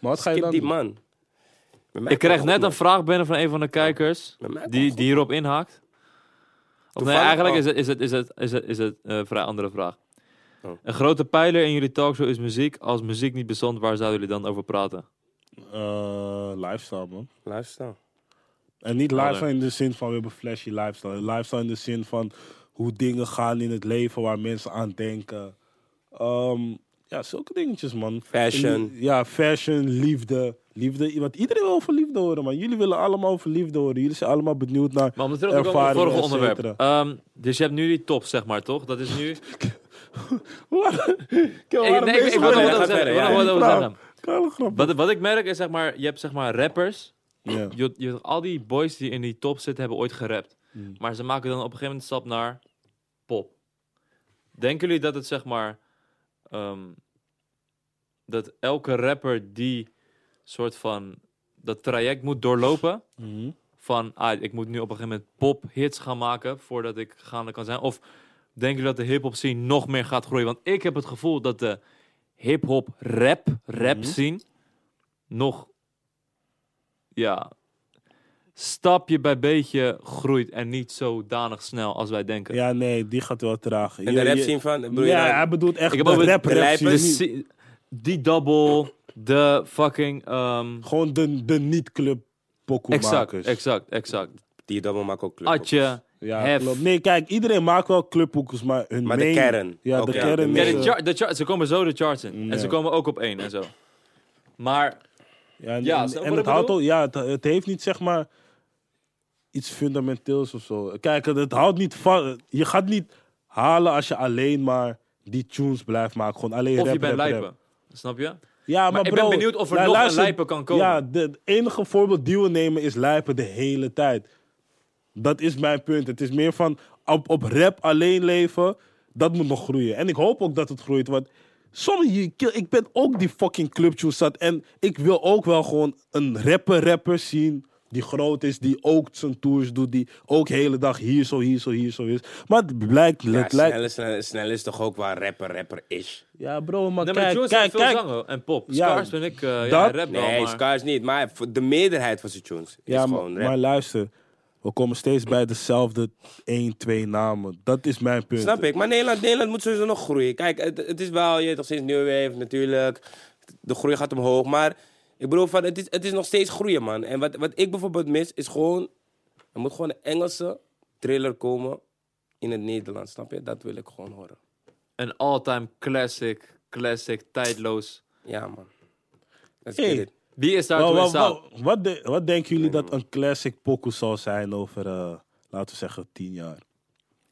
Speaker 2: Maar wat ga je
Speaker 1: skip
Speaker 2: dan
Speaker 1: die
Speaker 2: doen?
Speaker 1: man. Met mij
Speaker 3: Ik kreeg
Speaker 1: kan
Speaker 3: net
Speaker 1: goed,
Speaker 3: een vraag binnen van een van de kijkers
Speaker 1: Met mij komt
Speaker 3: die,
Speaker 1: goed.
Speaker 3: die hierop inhaakt. Of nee,
Speaker 1: Toevallig
Speaker 3: eigenlijk
Speaker 1: al.
Speaker 3: is het, is het, is het, is het, is het eh, een vrij andere vraag.
Speaker 1: Oh.
Speaker 3: Een grote pijler in jullie talkshow is muziek. Als muziek niet bestond, waar zouden jullie dan over praten?
Speaker 2: eh lifestyle, man.
Speaker 1: man. Luister dan.
Speaker 2: En niet
Speaker 3: Helder.
Speaker 2: lifestyle in de zin van we hebben flashy lifestyle. Lifestyle in de zin van hoe dingen gaan in het leven waar mensen aan denken. Ehm, ja, zulke dingetjes, man.
Speaker 1: Fashion.
Speaker 2: In- ja, fashion, liefde. Liefde, want iedereen wil over liefde horen, man. Jullie willen allemaal over liefde horen. Jullie zijn allemaal benieuwd naar [LAUGHS]
Speaker 3: Maar om terug te komen op het
Speaker 2: ervaringen,
Speaker 3: vorige
Speaker 2: et
Speaker 3: onderwerp.
Speaker 2: cetera.
Speaker 3: Ehm, dus je hebt nu die top, zeg maar, toch? Dat is nu...
Speaker 2: Kill,
Speaker 3: Ik-
Speaker 2: waarom
Speaker 3: nee, ik-
Speaker 2: bezig
Speaker 3: ik wil
Speaker 1: met-
Speaker 3: nog wat
Speaker 1: Ga
Speaker 3: over zeggen,
Speaker 1: verder,
Speaker 3: ik wil
Speaker 1: ja.
Speaker 3: nog wat over
Speaker 2: Vrouw.
Speaker 3: zeggen.
Speaker 2: Nou, Kale grap.
Speaker 3: Wat, wat ik merk is, zeg maar, je hebt zeg maar rappers.
Speaker 2: Ja.
Speaker 3: Je, je- al die boys die in die top zitten, hebben ooit gerapt. Maar ze maken dan op een gegeven moment de stap naar pop. Denken jullie dat het zeg maar... ehm, dat elke rapper die soort van dat traject moet doorlopen...
Speaker 2: Mhm.
Speaker 3: van ah, ik moet nu op een gegeven moment pop hits gaan maken voordat ik gaande kan zijn? Of denken jullie dat de hip-hop scene nog meer gaat groeien? Want ik heb het gevoel dat de hip-hop rap, rap
Speaker 2: Mhm.
Speaker 3: scene nog ja, stapje bij beetje groeit en niet zodanig snel als wij denken.
Speaker 2: ja, nee, die gaat wel traag.
Speaker 1: En
Speaker 2: Je-
Speaker 1: de rap
Speaker 2: je-
Speaker 1: scene van, bedoel je
Speaker 2: Ja,
Speaker 1: dan-
Speaker 2: hij bedoelt echt
Speaker 3: Ik heb
Speaker 2: de
Speaker 3: ook met
Speaker 2: rap,
Speaker 3: de
Speaker 2: rap
Speaker 1: lijpen-
Speaker 2: scene,
Speaker 3: De
Speaker 2: niet-
Speaker 3: sce- die double, de fucking. ehm,
Speaker 2: Gewoon de, de niet-club
Speaker 3: exact,
Speaker 2: pokoemakers.
Speaker 3: exact, exact.
Speaker 1: Die double maakt ook club.
Speaker 3: Atje,
Speaker 2: Ja,
Speaker 3: Hef.
Speaker 2: klopt. Nee, kijk, iedereen maakt wel clubhoekers, maar hun
Speaker 1: Maar de
Speaker 2: main-
Speaker 1: kern.
Speaker 2: Ja,
Speaker 1: Oké,
Speaker 2: de
Speaker 1: ja,
Speaker 2: kern
Speaker 1: de
Speaker 3: Ja,
Speaker 2: is...
Speaker 3: de
Speaker 1: Mensen-
Speaker 2: eh,
Speaker 3: char- de char- ze komen zo de charts in.
Speaker 2: Ja.
Speaker 3: En ze komen ook op één en zo. Maar
Speaker 2: ja, en-
Speaker 3: Ja,
Speaker 2: en-
Speaker 3: snap
Speaker 2: en
Speaker 3: je wat
Speaker 2: het
Speaker 3: ik
Speaker 2: houdt
Speaker 3: bedoel?
Speaker 2: ook... Ja, het, het heeft niet, zeg maar, iets fundamenteels of zo. Kijk, het, het houdt niet van... Je gaat niet halen als je alleen maar die tunes blijft maken. Gewoon alleen
Speaker 3: of
Speaker 2: rap,
Speaker 3: je bent
Speaker 2: rap, rap.
Speaker 3: lijpen. Snap je?
Speaker 2: Ja, maar,
Speaker 3: ik
Speaker 2: bro,
Speaker 3: ben benieuwd of er
Speaker 2: lu-
Speaker 3: nog een lijper kan komen.
Speaker 2: Ja, de- het enige voorbeeld die we nemen is lijpen de hele tijd. Dat is mijn punt. Het is meer van op, op rap alleen leven, dat moet nog groeien. En ik hoop ook dat het groeit, want sommige, ik ben ook die fucking clubtune zat. En ik wil ook wel gewoon een rapper-rapper zien die groot is, die ook zijn tours doet, die ook de hele dag hier zo, hier zo, hier zo is. Maar het blijkt,
Speaker 1: Ja,
Speaker 2: het lijkt...
Speaker 1: snel, is- snel, snel is toch ook waar rapper rapper is.
Speaker 2: Ja, bro, maar
Speaker 3: Nee, maar
Speaker 2: kijk,
Speaker 3: Jules
Speaker 2: kijk,
Speaker 3: heeft veel
Speaker 2: kijk.
Speaker 3: zangen en pop.
Speaker 2: Ja,
Speaker 3: Scars vind ik, eh, ja,
Speaker 2: dat-
Speaker 3: hij rapt wel,
Speaker 1: Nee,
Speaker 3: maar-
Speaker 1: Scars niet, maar voor de meerderheid van zijn tunes is
Speaker 2: Ja, maar,
Speaker 1: gewoon rap.
Speaker 2: maar luister. We komen steeds bij dezelfde 1, 2 namen. Dat is mijn punt.
Speaker 1: Snap ik, maar Nederland, Nederland moet sowieso nog groeien. Kijk, het, het is wel, je weet toch sinds New Wave natuurlijk, de groei gaat omhoog, maar ik bedoel van, het is, het is nog steeds groeien man. En wat, wat ik bijvoorbeeld mis, is gewoon, er moet gewoon een Engelse thriller komen in het Nederlands, snap je? Dat wil ik gewoon horen.
Speaker 3: Een all-time classic, classic, tijdloos.
Speaker 1: Ja man. Let's
Speaker 2: Hey.
Speaker 1: get it.
Speaker 3: Wie is daar
Speaker 2: Wel,
Speaker 3: toe in
Speaker 2: wel,
Speaker 3: staat?
Speaker 2: wel, wat, de- wat denken jullie dat een classic pokoe zal zijn over, eh, laten we zeggen, 10 jaar?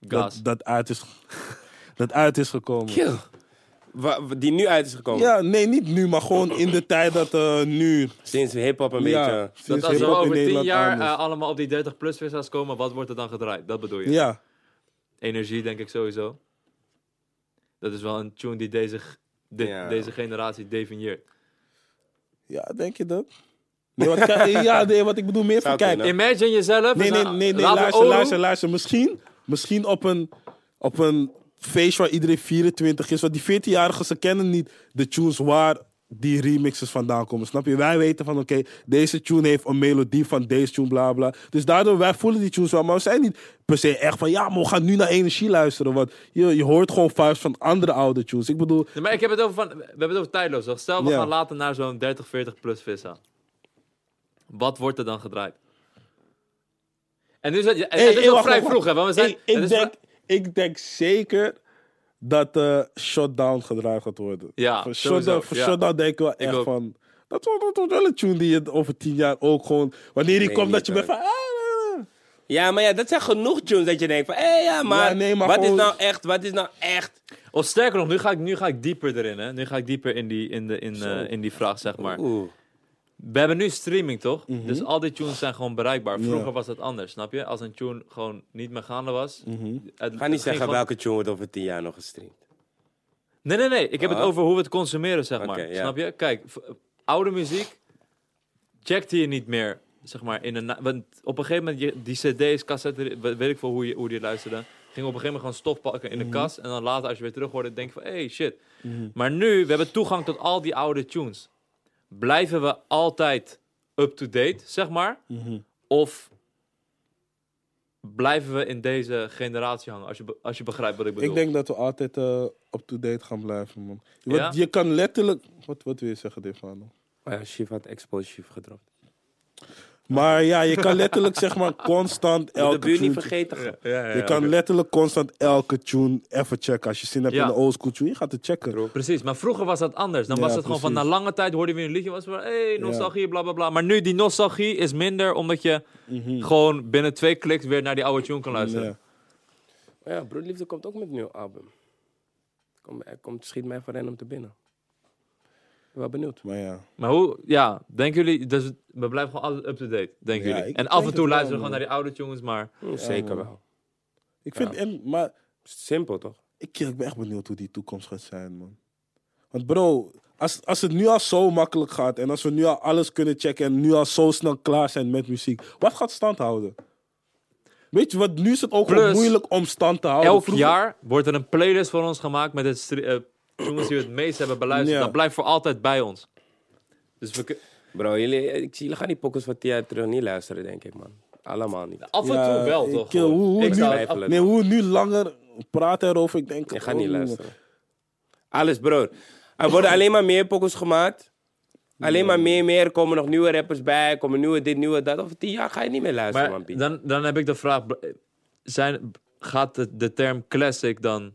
Speaker 3: Gaas.
Speaker 2: dat, dat, uit is, [LAUGHS] dat uit is gekomen.
Speaker 1: Kill. Wa- wa- die nu uit is gekomen.
Speaker 2: Ja, nee, niet nu, maar gewoon in de tijd dat eh, nu...
Speaker 1: Sinds hip-hop een
Speaker 2: ja,
Speaker 1: beetje.
Speaker 2: sinds
Speaker 3: Dat als we
Speaker 2: hiphop in
Speaker 3: over tien
Speaker 2: Nederland
Speaker 3: jaar
Speaker 2: aan is.
Speaker 3: eh, allemaal op die 30 plus visas komen, wat wordt er dan gedraaid? Dat
Speaker 1: eh,
Speaker 3: bedoel je?
Speaker 2: ja,
Speaker 3: Energie denk ik sowieso. Dat is wel een tune die deze, g- de-
Speaker 1: Ja.
Speaker 3: deze generatie definieert.
Speaker 2: ja, denk je dat? Nee, wat, [LAUGHS] kijk, ja, nee, wat ik bedoel meer van,
Speaker 1: Zou
Speaker 2: kijk,
Speaker 1: kunnen.
Speaker 3: Imagine jezelf.
Speaker 2: Nee,
Speaker 3: is
Speaker 2: nee,
Speaker 3: een-
Speaker 2: nee, nee
Speaker 3: laten we
Speaker 2: luister,
Speaker 3: Olu-
Speaker 2: luister, luister. Misschien, misschien op, een, op een feest waar iedereen 24 is. Want die 14-jarigen, ze kennen niet de tunes waar die remixes vandaan komen. Snap je? Wij weten van, oké, deze tune heeft een melodie van deze tune, bla bla. Dus daardoor, wij voelen die tunes wel. Maar we zijn niet per se echt van, ja, maar we gaan nu naar energie luisteren. Want je, je hoort gewoon vibes van andere oude tunes. Ik bedoel,
Speaker 3: Nee, maar ik heb het over van, we hebben het over tijdloos. toch? Stel, we
Speaker 2: Ja.
Speaker 3: gaan later naar zo'n 30, 40 plus visa. Wat wordt er dan gedraaid? En nu is het, en
Speaker 2: Hey,
Speaker 3: het Eh, is
Speaker 2: hey,
Speaker 3: nog
Speaker 2: wacht,
Speaker 3: vrij
Speaker 2: wacht,
Speaker 3: vroeg, hè? Want we zijn,
Speaker 2: Ik, ik
Speaker 3: het is
Speaker 2: denk,
Speaker 3: vrij-
Speaker 2: ik denk zeker dat eh shutdown gedraaid gaat worden.
Speaker 3: Ja,
Speaker 2: voor
Speaker 3: sowieso,
Speaker 2: shutdown, voor
Speaker 3: ja.
Speaker 2: shutdown denk ik wel echt
Speaker 3: ook.
Speaker 2: van. Dat wordt, dat wordt wel een tune die je over tien jaar ook gewoon. Wanneer die
Speaker 1: Nee,
Speaker 2: komt, dat
Speaker 1: niet,
Speaker 2: je bent
Speaker 1: hoor.
Speaker 2: van. ah,
Speaker 1: Ja, maar ja, dat zijn genoeg tunes dat je denkt van... Hé, ja, maar,
Speaker 2: Ja, nee, maar
Speaker 1: wat
Speaker 2: gewoon-
Speaker 1: is nou echt? Wat is nou echt?
Speaker 3: Of sterker nog, nu ga ik, nu ga ik dieper erin, hè? Nu ga ik dieper in die, in de, in, eh, in die vraag, zeg maar.
Speaker 1: Oeh.
Speaker 3: We hebben nu streaming, toch? Dus al die tunes zijn gewoon bereikbaar. Vroeger
Speaker 2: Mhm. Ja.
Speaker 3: was dat anders, snap je? Als een tune gewoon niet meer gaande was...
Speaker 2: Mhm.
Speaker 3: het-
Speaker 1: Ga
Speaker 3: het ging
Speaker 1: niet zeggen
Speaker 3: gewoon-
Speaker 1: welke tune wordt over tien jaar nog gestreamd.
Speaker 3: Nee, nee, nee. Ik heb
Speaker 1: Ah.
Speaker 3: het over hoe we het consumeren, zeg maar.
Speaker 1: Oké, ja.
Speaker 3: Snap je? Kijk, v- oude muziek checkte je niet meer, zeg maar. In een, na- want op een gegeven moment, je- die cd's, cassettes, we- weet ik veel hoe je, hoe die luisterde. Ging op een gegeven moment gewoon stof pakken in de kast. En dan later, als je weer terug hoorde, denk je van, hey, shit. Maar nu, we hebben toegang tot al die oude tunes. Blijven we altijd up-to-date, zeg maar? Of blijven we in deze generatie hangen? Als je, be- als je begrijpt wat ik bedoel.
Speaker 2: Ik denk dat we altijd eh, up-to-date gaan blijven, man. Want
Speaker 3: Ja?
Speaker 2: je kan letterlijk. Wat, wat wil je zeggen, Defano?
Speaker 1: Maar Oh ja, Shiv had explosief gedropt.
Speaker 2: Maar ja, je kan letterlijk zeg
Speaker 3: [LAUGHS]
Speaker 2: maar constant
Speaker 1: De
Speaker 2: elke
Speaker 1: buurt niet
Speaker 2: tune-
Speaker 1: vergeten. Ja.
Speaker 3: Ja, ja,
Speaker 2: Je
Speaker 3: ja,
Speaker 2: kan
Speaker 3: oké.
Speaker 2: letterlijk constant elke tune even checken. Als je zin hebt
Speaker 3: Ja.
Speaker 2: in een oldschool tune, je gaat het checken.
Speaker 3: Precies, maar vroeger was dat anders. Dan
Speaker 2: Ja,
Speaker 3: was het gewoon van na
Speaker 2: precies.
Speaker 3: lange tijd hoorden we een liedje was van hey, nostalgie, bla bla bla. Maar nu die nostalgie is minder omdat je gewoon binnen twee kliks weer naar die oude tune kan luisteren.
Speaker 2: Mhm. Ja.
Speaker 1: Ja, Broederliefde komt ook met een nieuw album. Kom, eh, komt, schiet mij voor random te binnen. Ik ben wel benieuwd.
Speaker 2: Maar ja.
Speaker 3: Maar hoe, ja, denken jullie, dus we blijven gewoon altijd up-to-date, denken
Speaker 2: Ja,
Speaker 3: jullie.
Speaker 2: ik
Speaker 3: En af
Speaker 2: denk
Speaker 3: en
Speaker 2: het
Speaker 3: toe
Speaker 2: wel,
Speaker 3: luisteren we
Speaker 2: man.
Speaker 3: gewoon naar die oude tunes, maar
Speaker 1: Hm, Zeker wel.
Speaker 2: Ik vind,
Speaker 1: Ja.
Speaker 2: en, maar
Speaker 1: Simpel, toch?
Speaker 2: ik, ik ben echt benieuwd hoe die toekomst gaat zijn, man. Want bro, als, als het nu al zo makkelijk gaat en als we nu al alles kunnen checken en nu al zo snel klaar zijn met muziek, wat gaat stand houden? Weet je, want nu is het ook wel
Speaker 3: Plus,
Speaker 2: moeilijk om stand te houden.
Speaker 3: elk
Speaker 2: Oh, Vroeger-
Speaker 3: jaar wordt er een playlist voor ons gemaakt met het stre- eh, tunes die we het meest hebben beluisterd.
Speaker 2: Ja.
Speaker 3: Dat blijft voor altijd bij ons. Dus we kun-
Speaker 1: Bro, jullie, eh, ik zie, jullie gaan die pokkers van tien jaar terug niet luisteren, denk ik, man. Allemaal niet.
Speaker 3: af en
Speaker 2: Ja,
Speaker 3: toe wel,
Speaker 2: ik- eh,
Speaker 3: toch?
Speaker 2: hoe-
Speaker 3: gewoon.
Speaker 2: hoe
Speaker 3: ik
Speaker 2: nu-
Speaker 3: zou het af-
Speaker 1: Twijfelen.
Speaker 2: Nee, hoe we nu langer praten erover, ik denk...
Speaker 1: Ik ga
Speaker 2: oh,
Speaker 1: niet
Speaker 2: man.
Speaker 1: luisteren. Alles, broer. Er
Speaker 2: [LAUGHS]
Speaker 1: worden alleen maar meer pokkers gemaakt. Alleen maar meer, meer. Er komen nog nieuwe rappers bij. Komen nieuwe dit, nieuwe dat. Over tien jaar ga je niet meer luisteren, man,
Speaker 3: Maar
Speaker 1: Piet.
Speaker 3: dan, dan heb ik de vraag: bl- zijn, gaat de, de term classic dan.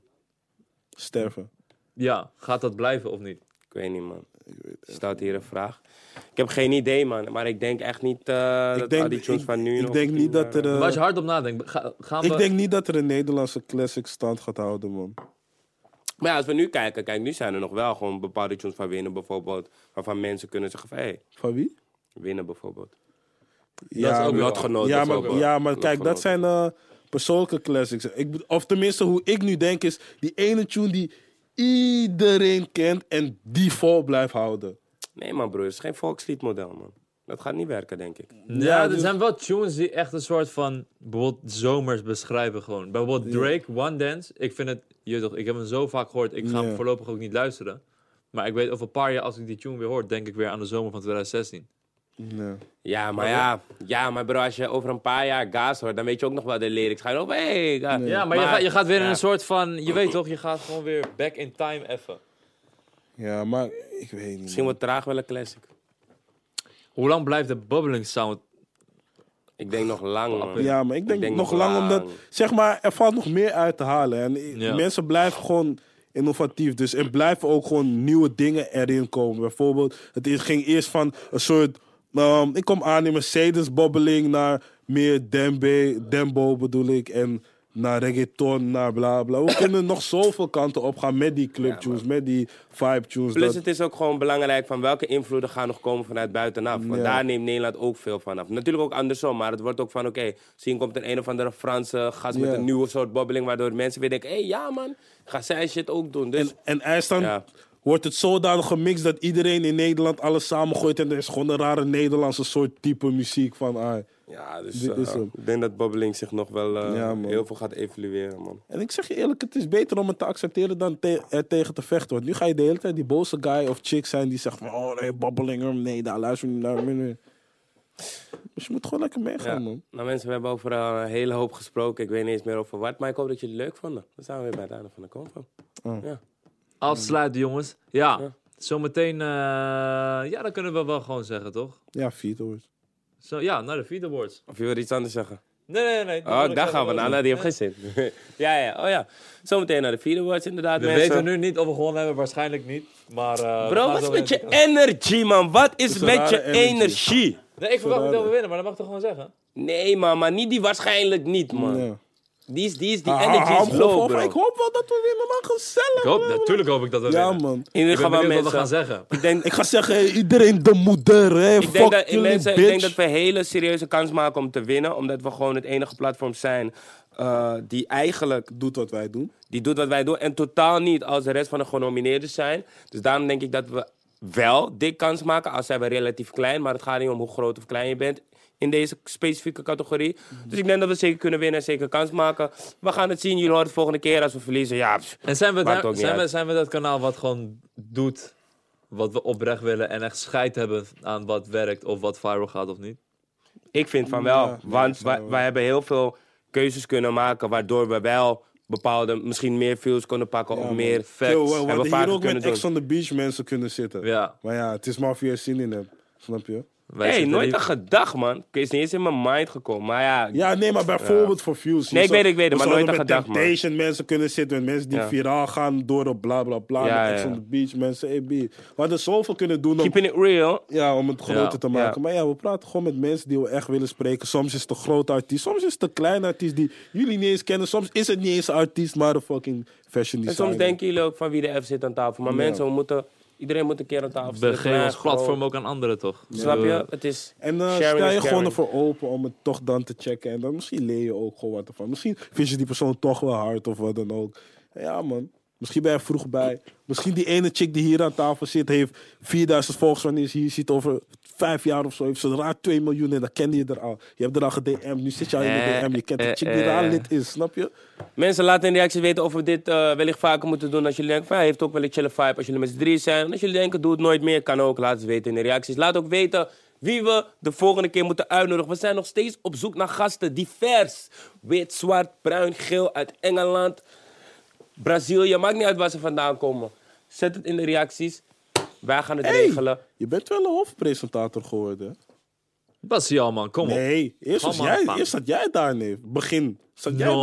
Speaker 2: Sterven.
Speaker 3: Ja, gaat dat blijven of niet?
Speaker 1: Ik weet niet, man. Er staat hier een vraag. Ik heb geen idee, man. Maar ik denk echt niet eh, dat
Speaker 2: denk-
Speaker 1: al die tunes
Speaker 2: ik-
Speaker 1: van nu...
Speaker 2: ik
Speaker 1: nog
Speaker 2: denk
Speaker 1: tien
Speaker 2: niet dat
Speaker 1: jaar-
Speaker 2: er, eh,
Speaker 3: Maar als je hard op nadenkt, ga- gaan we.
Speaker 2: Ik denk niet dat er een Nederlandse classic stand gaat houden, man.
Speaker 1: Maar ja, als we nu kijken... Kijk, nu zijn er nog wel gewoon bepaalde tunes van winnen, bijvoorbeeld. Waarvan mensen kunnen zeggen van... Hé, hey,
Speaker 2: Van wie?
Speaker 1: winnen, bijvoorbeeld.
Speaker 3: is ook
Speaker 2: maar-
Speaker 1: Lotgenoot
Speaker 2: Ja, maar,
Speaker 1: bijvoorbeeld.
Speaker 2: ja, maar kijk, dat zijn eh, persoonlijke classics. Ik, bedo- of tenminste, hoe ik nu denk is... die ene tune die iedereen kent en die vol blijft houden.
Speaker 1: Nee, man, broer. Het is geen volksliedmodel, man. Dat gaat niet werken, denk ik.
Speaker 3: ja, er
Speaker 2: dus-
Speaker 3: zijn wel tunes die echt een soort van. Bijvoorbeeld zomers beschrijven gewoon. Bijvoorbeeld Drake, One Dance. Ik vind het. Je weet toch, ik heb hem zo vaak gehoord. Ik ga hem
Speaker 2: Ja.
Speaker 3: voorlopig ook niet luisteren. Maar ik weet over een paar jaar, als ik die tune weer hoor, denk ik weer aan de zomer van 2016.
Speaker 2: Ja.
Speaker 1: Ja, maar ja. Ja, maar bro, als je over een paar jaar gaas hoort, dan weet je ook nog wel de lyrics. Ga je over, hey, ga-
Speaker 3: Ja, maar, je, gaat, je gaat weer in
Speaker 1: ja.
Speaker 3: een soort van. Je weet toch, je gaat gewoon weer back in time effen.
Speaker 2: ja, maar ik weet niet.
Speaker 1: Misschien
Speaker 2: man.
Speaker 1: wordt traag wel een classic.
Speaker 3: Hoe lang blijft de bubbling sound
Speaker 1: Ik denk nog lang, man.
Speaker 2: Ja, maar ik denk, nog lang, omdat... Zeg maar, er valt nog meer uit te halen. En i-
Speaker 3: Ja.
Speaker 2: mensen blijven gewoon innovatief. Dus er blijven ook gewoon nieuwe dingen erin komen. Bijvoorbeeld, het is- ging eerst van een soort... ehm, ik kom aan in Mercedes-bobbeling naar meer Dembe, Dembo bedoel ik. En naar reggaeton, naar bla bla. We kunnen nog zoveel kanten op gaan met die clubtunes, met die vibe tunes.
Speaker 1: Plus
Speaker 2: dat-
Speaker 1: het is ook gewoon belangrijk van welke invloeden gaan nog komen vanuit buitenaf. Want
Speaker 2: Ja.
Speaker 1: daar neemt Nederland ook veel van af. Natuurlijk ook andersom, maar het wordt ook van oké, misschien komt er een of andere Franse gast
Speaker 2: Ja.
Speaker 1: met een nieuwe soort bobbeling. Waardoor mensen weer denken, hé hey, ja man, ga zij shit ook doen. Dus
Speaker 2: En, en IJsland
Speaker 1: Ja.
Speaker 2: wordt het zodanig gemixt dat iedereen in Nederland alles samengooit. En er is gewoon een rare Nederlandse soort type muziek van. ah.
Speaker 1: ja, dus
Speaker 2: Dit
Speaker 1: eh,
Speaker 2: is hem.
Speaker 1: ik denk dat bobbeling zich nog wel eh,
Speaker 2: Ja, man.
Speaker 1: heel veel gaat evolueren man.
Speaker 2: En ik zeg je eerlijk, het is beter om het te accepteren dan te- er tegen te vechten. Want nu ga je de hele tijd die boze guy of chick zijn die zegt van... Oh nee, babbelinger, nee, daar luister ik niet naar. nee, nee." Dus je moet gewoon lekker meegaan,
Speaker 1: Ja.
Speaker 2: man.
Speaker 1: Nou mensen, we hebben over eh, een hele hoop gesproken. Ik weet niet eens meer over wat, maar ik hoop dat jullie het leuk vonden. Dan zijn we weer bij het einde van de convo.
Speaker 3: Afsluiten, jongens. Ja,
Speaker 1: Ja.
Speaker 3: zometeen... eh, ja, dat kunnen we wel gewoon zeggen, toch?
Speaker 2: Ja, vier hoor.
Speaker 3: Zo, ja, naar de Feed Awards.
Speaker 1: Of je wil iets anders zeggen?
Speaker 3: Nee, nee, nee. dat wil
Speaker 1: Oh,
Speaker 3: ik
Speaker 1: daar
Speaker 3: zeggen.
Speaker 1: gaan we naar. Nou, die heeft geen zin. [LAUGHS] ja, ja, oh ja. Zometeen naar de vierde words inderdaad,
Speaker 3: We
Speaker 1: mensen.
Speaker 3: weten nu niet of we gewonnen hebben, waarschijnlijk niet. Maar, eh, we
Speaker 1: Bro,
Speaker 3: gaan
Speaker 1: wat is
Speaker 3: zo
Speaker 1: met je
Speaker 3: meteen-
Speaker 1: energy, man? Wat is
Speaker 2: is een
Speaker 1: met je
Speaker 2: rare energy.
Speaker 1: energie?
Speaker 3: Nee, ik verwacht niet dat we
Speaker 2: Verraden.
Speaker 3: winnen, maar dat mag ik toch gewoon zeggen?
Speaker 1: Nee, man, maar niet die waarschijnlijk niet, man.
Speaker 2: Ja.
Speaker 1: Die, is, die, is, die
Speaker 2: Ah,
Speaker 1: energy
Speaker 2: hou
Speaker 1: is
Speaker 2: hem gewoon
Speaker 1: low,
Speaker 2: voor,
Speaker 1: bro.
Speaker 2: maar Ik hoop wel dat we winnen, man. Gezellig.
Speaker 3: Ik hoop,
Speaker 2: man.
Speaker 3: natuurlijk hoop ik dat we
Speaker 2: Ja,
Speaker 3: winnen.
Speaker 2: man.
Speaker 1: In
Speaker 3: Ik
Speaker 1: ieder
Speaker 3: ben
Speaker 1: geval wat
Speaker 3: benieuwd wat we
Speaker 1: mensen...
Speaker 3: gaan zeggen.
Speaker 1: Ik denk,
Speaker 2: Ik ga zeggen, hey, iedereen de moeder, hè.
Speaker 1: ik denk,
Speaker 2: Fuck
Speaker 1: dat,
Speaker 2: jullie,
Speaker 1: mensen, ik
Speaker 2: bitch.
Speaker 1: denk dat we hele serieuze kans maken om te winnen. Omdat we gewoon het enige platform zijn eh, die eigenlijk...
Speaker 2: Doet wat wij doen.
Speaker 1: Die doet wat wij doen. En totaal niet als de rest van de genomineerden zijn. Dus daarom denk ik dat we wel dik kans maken. Al zijn we relatief klein. Maar het gaat niet om hoe groot of klein je bent. In deze specifieke categorie.
Speaker 2: Mhm.
Speaker 1: Dus ik denk dat we zeker kunnen winnen en zeker kans maken. We gaan het zien. Jullie horen het volgende keer als we verliezen. Ja, pff.
Speaker 3: En zijn we,
Speaker 1: Maakt
Speaker 3: daar-
Speaker 1: ook niet
Speaker 3: zijn, we,
Speaker 1: uit.
Speaker 3: zijn we dat kanaal wat gewoon doet wat we oprecht willen en echt scheid hebben aan wat werkt of wat viral gaat of niet?
Speaker 1: ik vind van wel.
Speaker 2: Mm, Ja, nee,
Speaker 1: want
Speaker 2: dat zou
Speaker 1: wij,
Speaker 2: wel.
Speaker 1: wij hebben heel veel keuzes kunnen maken. Waardoor we wel bepaalde, misschien meer views konden pakken.
Speaker 2: Ja,
Speaker 1: of
Speaker 2: man.
Speaker 1: meer facts.
Speaker 2: Yo, we- we
Speaker 1: hebben
Speaker 2: hadden hier
Speaker 1: vaker
Speaker 2: ook
Speaker 1: kunnen
Speaker 2: met
Speaker 1: doen.
Speaker 2: Ex on the Beach mensen kunnen zitten.
Speaker 3: Ja.
Speaker 2: Maar ja, het is maar via zin in hem. Snap je?
Speaker 3: wij
Speaker 1: hey,
Speaker 3: zitten
Speaker 1: nooit
Speaker 3: hier-
Speaker 1: aan gedacht, man. Is niet eens in mijn mind gekomen. Maar ja,
Speaker 2: Ja, nee, maar bijvoorbeeld voor views.
Speaker 1: Nee, ik
Speaker 2: Je zou-
Speaker 1: weet, ik weet het,
Speaker 2: we
Speaker 1: maar nooit
Speaker 2: zouden
Speaker 1: aan
Speaker 2: met
Speaker 1: gedacht, man.
Speaker 2: Temptation mensen kunnen zitten. Met mensen die
Speaker 1: Ja.
Speaker 2: viraal gaan door op bla bla bla.
Speaker 1: Ja,
Speaker 2: met Ex
Speaker 1: ja.
Speaker 2: on the Beach mensen. Hey, B. We hadden zoveel kunnen doen om,
Speaker 1: keeping it real.
Speaker 2: ja, om het groter
Speaker 3: Ja,
Speaker 2: te maken.
Speaker 1: ja.
Speaker 2: Maar ja, we praten gewoon met mensen die we echt willen spreken. Soms is het een groot artiest. Soms is het een klein artiest die jullie niet eens kennen. Soms is het niet eens een artiest, maar een fucking fashion
Speaker 1: En
Speaker 2: designer.
Speaker 1: soms denken jullie ook van wie de F zit aan tafel. Maar mensen, we moeten, iedereen moet een keer aan tafel zitten.
Speaker 3: Begeef
Speaker 1: Ja,
Speaker 3: ons
Speaker 1: gewoon.
Speaker 3: platform ook aan anderen, toch?
Speaker 1: Snap je? Het is
Speaker 2: En eh,
Speaker 1: sharing
Speaker 2: stel
Speaker 1: is
Speaker 2: je gewoon
Speaker 1: caring.
Speaker 2: ervoor open om het toch dan te checken. En dan misschien leer je ook gewoon wat ervan. Misschien vind je die persoon toch wel hard of wat dan ook. Ja, man. Misschien ben je er vroeg bij. Misschien die ene chick die hier aan tafel zit, heeft 4000 volgers. Wanneer ze hier ziet over vijf jaar of zo, heeft ze raar 2 miljoen. En dan kende je er al. Je hebt er al gedm. Nu zit je al in de
Speaker 3: Eh,
Speaker 2: DM. Je kent de
Speaker 3: eh,
Speaker 2: chick die
Speaker 3: eh.
Speaker 2: daar lid is, snap je?
Speaker 1: Mensen, laten in de reacties weten of we dit eh, wellicht vaker moeten doen. Als jullie denken van, hij heeft ook wel een chille vibe als jullie met z'n drie zijn. En als jullie denken, doe het nooit meer, kan ook. Laat het weten in de reacties. Laat ook weten wie we de volgende keer moeten uitnodigen. We zijn nog steeds op zoek naar gasten. Divers. Wit, zwart, bruin, geel uit Engeland. Brazilië. Maakt niet uit waar ze vandaan komen. Zet het in de reacties. Wij gaan het
Speaker 2: Hey,
Speaker 1: regelen.
Speaker 2: je bent wel een hoofdpresentator geworden. hè?
Speaker 3: Basiel, man, kom op.
Speaker 2: Nee, eerst, was
Speaker 3: Kom
Speaker 2: jij,
Speaker 3: op, man.
Speaker 2: eerst zat jij daar, nee. Begin. Zat jij
Speaker 3: No.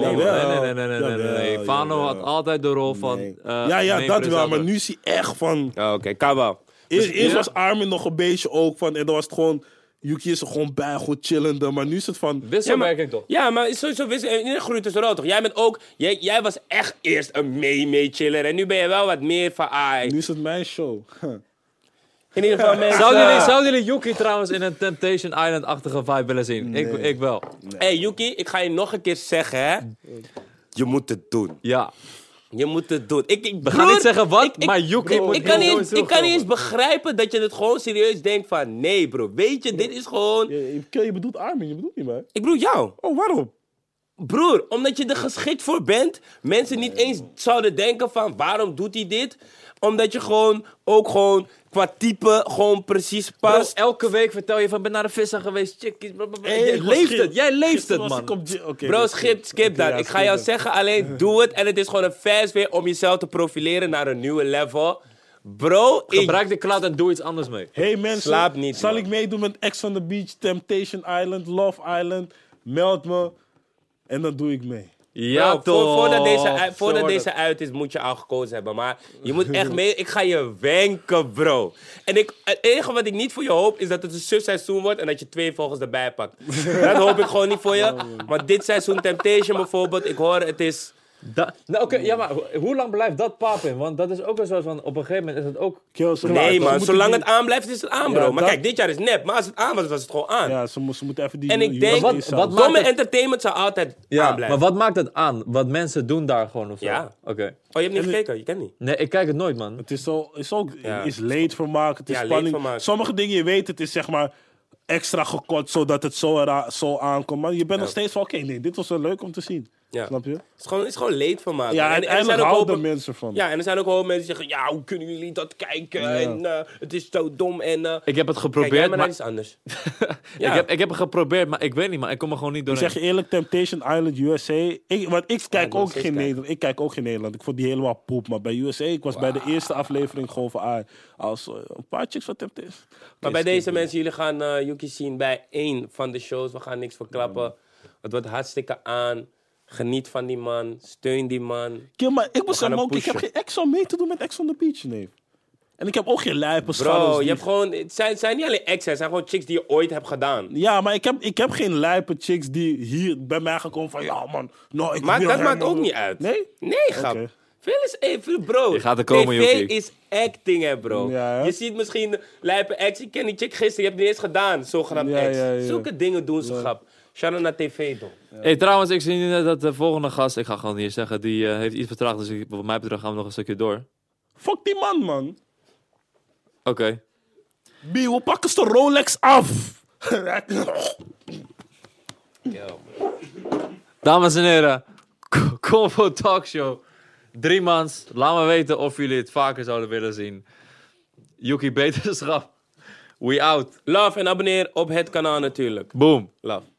Speaker 2: daar?
Speaker 3: Nee,
Speaker 2: Jawel.
Speaker 3: nee, nee, nee, nee, nee, nee, nee.
Speaker 2: Jawel,
Speaker 3: Fano had
Speaker 2: jawel.
Speaker 3: altijd de rol van.
Speaker 2: Nee.
Speaker 3: eh,
Speaker 2: ja, ja,
Speaker 3: main
Speaker 2: dat wel. Maar
Speaker 3: presenter.
Speaker 2: nu zie echt van...
Speaker 1: Oh, Oké, Dus- kabel.
Speaker 2: Eerst, eerst
Speaker 3: ja.
Speaker 2: was Armin nog een beetje ook van... En dan was het gewoon... Yuki is er gewoon bij, goed chillende. Maar nu is het van...
Speaker 3: Wisselwerking toch?
Speaker 1: Ja, maar sowieso wist eh, in de groei tussen rood, toch? Jij bent ook, jij, jij was echt eerst een mee-mee-chiller. En nu ben je wel wat meer van
Speaker 2: Nu
Speaker 1: ai.
Speaker 2: is het mijn show. [LAUGHS] Huh.
Speaker 1: In ieder [LAUGHS] geval, mensen.
Speaker 3: Zouden jullie, zouden jullie Yuki trouwens in een Temptation Island-achtige vibe willen zien? Ik, ik wel.
Speaker 1: Hey, Yuki, ik ga je nog een keer zeggen, hè? Je moet het doen.
Speaker 3: Ja.
Speaker 1: Je moet het doen. Ik, ik,
Speaker 3: We gaan
Speaker 1: broer,
Speaker 3: niet zeggen wat,
Speaker 1: ik- ik-
Speaker 3: maar Yuki
Speaker 1: Ik,
Speaker 3: moet
Speaker 1: ik kan,
Speaker 3: doen.
Speaker 1: niet, eens- ik kan niet eens begrijpen dat je het gewoon serieus denkt van... Nee, bro, weet je, dit is gewoon...
Speaker 2: Je, je- je bedoelt Armin, je bedoelt niet mij.
Speaker 1: Ik bedoel jou.
Speaker 2: Oh, waarom?
Speaker 1: Broer, omdat je er geschikt voor bent. Mensen niet eens zouden denken van waarom doet hij dit? Omdat je gewoon ook gewoon qua type gewoon precies
Speaker 3: Pas
Speaker 1: past.
Speaker 3: Dus elke week vertel je van ben naar de visser geweest, chickies. bla, bla, bla.
Speaker 2: Hey,
Speaker 3: Jij
Speaker 2: ik was
Speaker 3: leeft
Speaker 2: gisteren-
Speaker 3: het, jij leeft het
Speaker 2: gisteren was ik
Speaker 3: man.
Speaker 2: op gy- oké,
Speaker 1: Bro,
Speaker 2: dat-
Speaker 1: skip, skip
Speaker 2: Oké,
Speaker 1: dat.
Speaker 2: ja,
Speaker 1: ik ga
Speaker 2: skip
Speaker 1: jou
Speaker 2: dat.
Speaker 1: zeggen,
Speaker 2: [LAUGHS]
Speaker 1: alleen doe het. En het is gewoon een fast way om jezelf te profileren naar een nieuwe level. Bro, ik...
Speaker 3: Gebruik de cloud en doe iets anders mee.
Speaker 2: Hey mensen,
Speaker 1: Slaap niet,
Speaker 2: zal
Speaker 1: man.
Speaker 2: ik meedoen met Ex on the Beach, Temptation Island, Love Island? Meld me en dan doe ik mee.
Speaker 3: Ja,
Speaker 1: Bro, voor- voordat deze,
Speaker 3: toch.
Speaker 1: ui-
Speaker 3: Zo
Speaker 1: voordat
Speaker 3: wordt
Speaker 1: deze uit is, moet je al gekozen hebben. Maar je moet echt mee. Ik ga je wenken, bro. En ik, het enige wat ik niet voor je hoop, is dat het een subseizoen wordt en dat je twee vogels erbij pakt. dat hoop ik gewoon niet voor je. Maar dit seizoen Temptation bijvoorbeeld, ik hoor het is.
Speaker 3: Da- nou, oké, ja, maar ho- hoe lang blijft dat pap in? Want dat is ook een soort van, op een gegeven moment is het ook...
Speaker 2: Kill, ze
Speaker 1: Nee,
Speaker 2: moeten- ze
Speaker 1: man.
Speaker 2: moeten
Speaker 1: Zolang
Speaker 2: die-
Speaker 1: het aan blijft, is het aan, bro.
Speaker 2: Ja,
Speaker 1: maar
Speaker 2: dat-
Speaker 1: kijk, dit jaar is nep. Maar als het aan was, was het gewoon aan.
Speaker 2: Ja, ze, mo- ze moeten even die...
Speaker 1: En ik
Speaker 2: die-
Speaker 1: denk,
Speaker 2: die-
Speaker 1: wat,
Speaker 2: die-
Speaker 3: wat maakt
Speaker 1: domme
Speaker 3: het-
Speaker 1: entertainment zou altijd aan blijven.
Speaker 3: maar wat maakt het aan? Wat mensen doen daar gewoon of zo?
Speaker 1: Ja.
Speaker 3: Oké.
Speaker 1: Oh, je hebt niet gekeken? Je kent niet.
Speaker 3: Nee, ik kijk het nooit, man.
Speaker 2: Het is, zo, het is ook
Speaker 1: Ja.
Speaker 2: is leedvermaak, het is
Speaker 1: Ja,
Speaker 2: spanning.
Speaker 1: leedvermaak.
Speaker 2: Sommige dingen, je weet, het is zeg maar extra gekort, zodat het zo, era- zo aankomt. Maar je bent nog steeds van, oké, nee, dit was wel leuk om te zien.
Speaker 1: Ja.
Speaker 2: Snap je?
Speaker 1: Het is gewoon, het is gewoon leed van maken.
Speaker 2: Ja,
Speaker 1: En- en, er
Speaker 2: uiteindelijk
Speaker 1: zijn ook
Speaker 2: houden
Speaker 1: hoop-
Speaker 2: mensen van.
Speaker 1: Ja, en er zijn ook wel mensen die zeggen: Ja, hoe kunnen jullie dat kijken? En eh, het is zo dom. En eh,
Speaker 3: Ik heb het
Speaker 1: kijk jij
Speaker 3: geprobeerd,
Speaker 1: maar
Speaker 3: maar...
Speaker 1: naar iets anders.
Speaker 3: [LAUGHS] ik, heb, ik heb het geprobeerd, maar ik weet niet, maar ik kom er gewoon niet
Speaker 2: Ik
Speaker 3: doorheen.
Speaker 2: zeg je eerlijk, Temptation Island USA. Ik, want ik kijk
Speaker 1: wil
Speaker 2: ook
Speaker 1: steeds
Speaker 2: geen
Speaker 1: kijken.
Speaker 2: Nederland. Ik kijk ook geen Nederland. Ik vond die helemaal poep. Maar bij USA, ik was bij de eerste aflevering gewoon van ah, als eh, een paar chicks van Temptation.
Speaker 1: Maar bij deze mensen, jullie gaan eh, Yuki zien bij één van de shows. We gaan niks verklappen. Het wordt hartstikke aan. Geniet van die man. Steun die man.
Speaker 2: Kill, maar ik
Speaker 1: gaan
Speaker 2: besef me
Speaker 1: hem
Speaker 2: ook, ik heb
Speaker 1: pushen.
Speaker 2: geen ex om mee te doen met Ex on the Beach, nee. En ik heb ook geen lijpe scharrels
Speaker 1: Bro, je
Speaker 2: die-
Speaker 1: hebt gewoon. Het zijn, het zijn niet alleen exen, het zijn gewoon chicks die je ooit hebt gedaan.
Speaker 2: Ja, maar ik heb, ik heb geen lijpe chicks die hier bij mij gekomen van ja man, nou ik
Speaker 1: Maar
Speaker 2: wil
Speaker 1: dat
Speaker 2: hem,
Speaker 1: maakt
Speaker 2: man.
Speaker 1: ook niet uit.
Speaker 2: Nee?
Speaker 1: Nee, grap.
Speaker 2: Oké.
Speaker 1: Veel is even, bro.
Speaker 3: Je gaat er komen,
Speaker 1: TV
Speaker 3: Joekie.
Speaker 1: is acting, hè, bro.
Speaker 2: Ja, hè?
Speaker 1: Je ziet misschien lijpe ex. Ik ken die chick gisteren. Je hebt het niet eens gedaan, zogenaamd
Speaker 2: Ja,
Speaker 1: ex.
Speaker 2: ja, ja.
Speaker 1: Zulke dingen doen ze, grap. Shout-out naar TV, toch.
Speaker 3: Hey, trouwens, ik zie net dat de volgende gast, ik ga gewoon hier zeggen, die eh, heeft iets vertraagd, dus ik, wat mij betreft gaan we nog een stukje door. Oké.
Speaker 2: Fuck die man, man. B, we pakken ze de Rolex
Speaker 1: [LAUGHS]
Speaker 2: af.
Speaker 3: Dames en heren, [LAUGHS] Co- Convo Talkshow. Drie maans. Laat me weten of jullie het vaker zouden willen zien. Yuki Beterschap. We out.
Speaker 1: Love en abonneer op het kanaal natuurlijk.
Speaker 3: Boom.
Speaker 1: Love.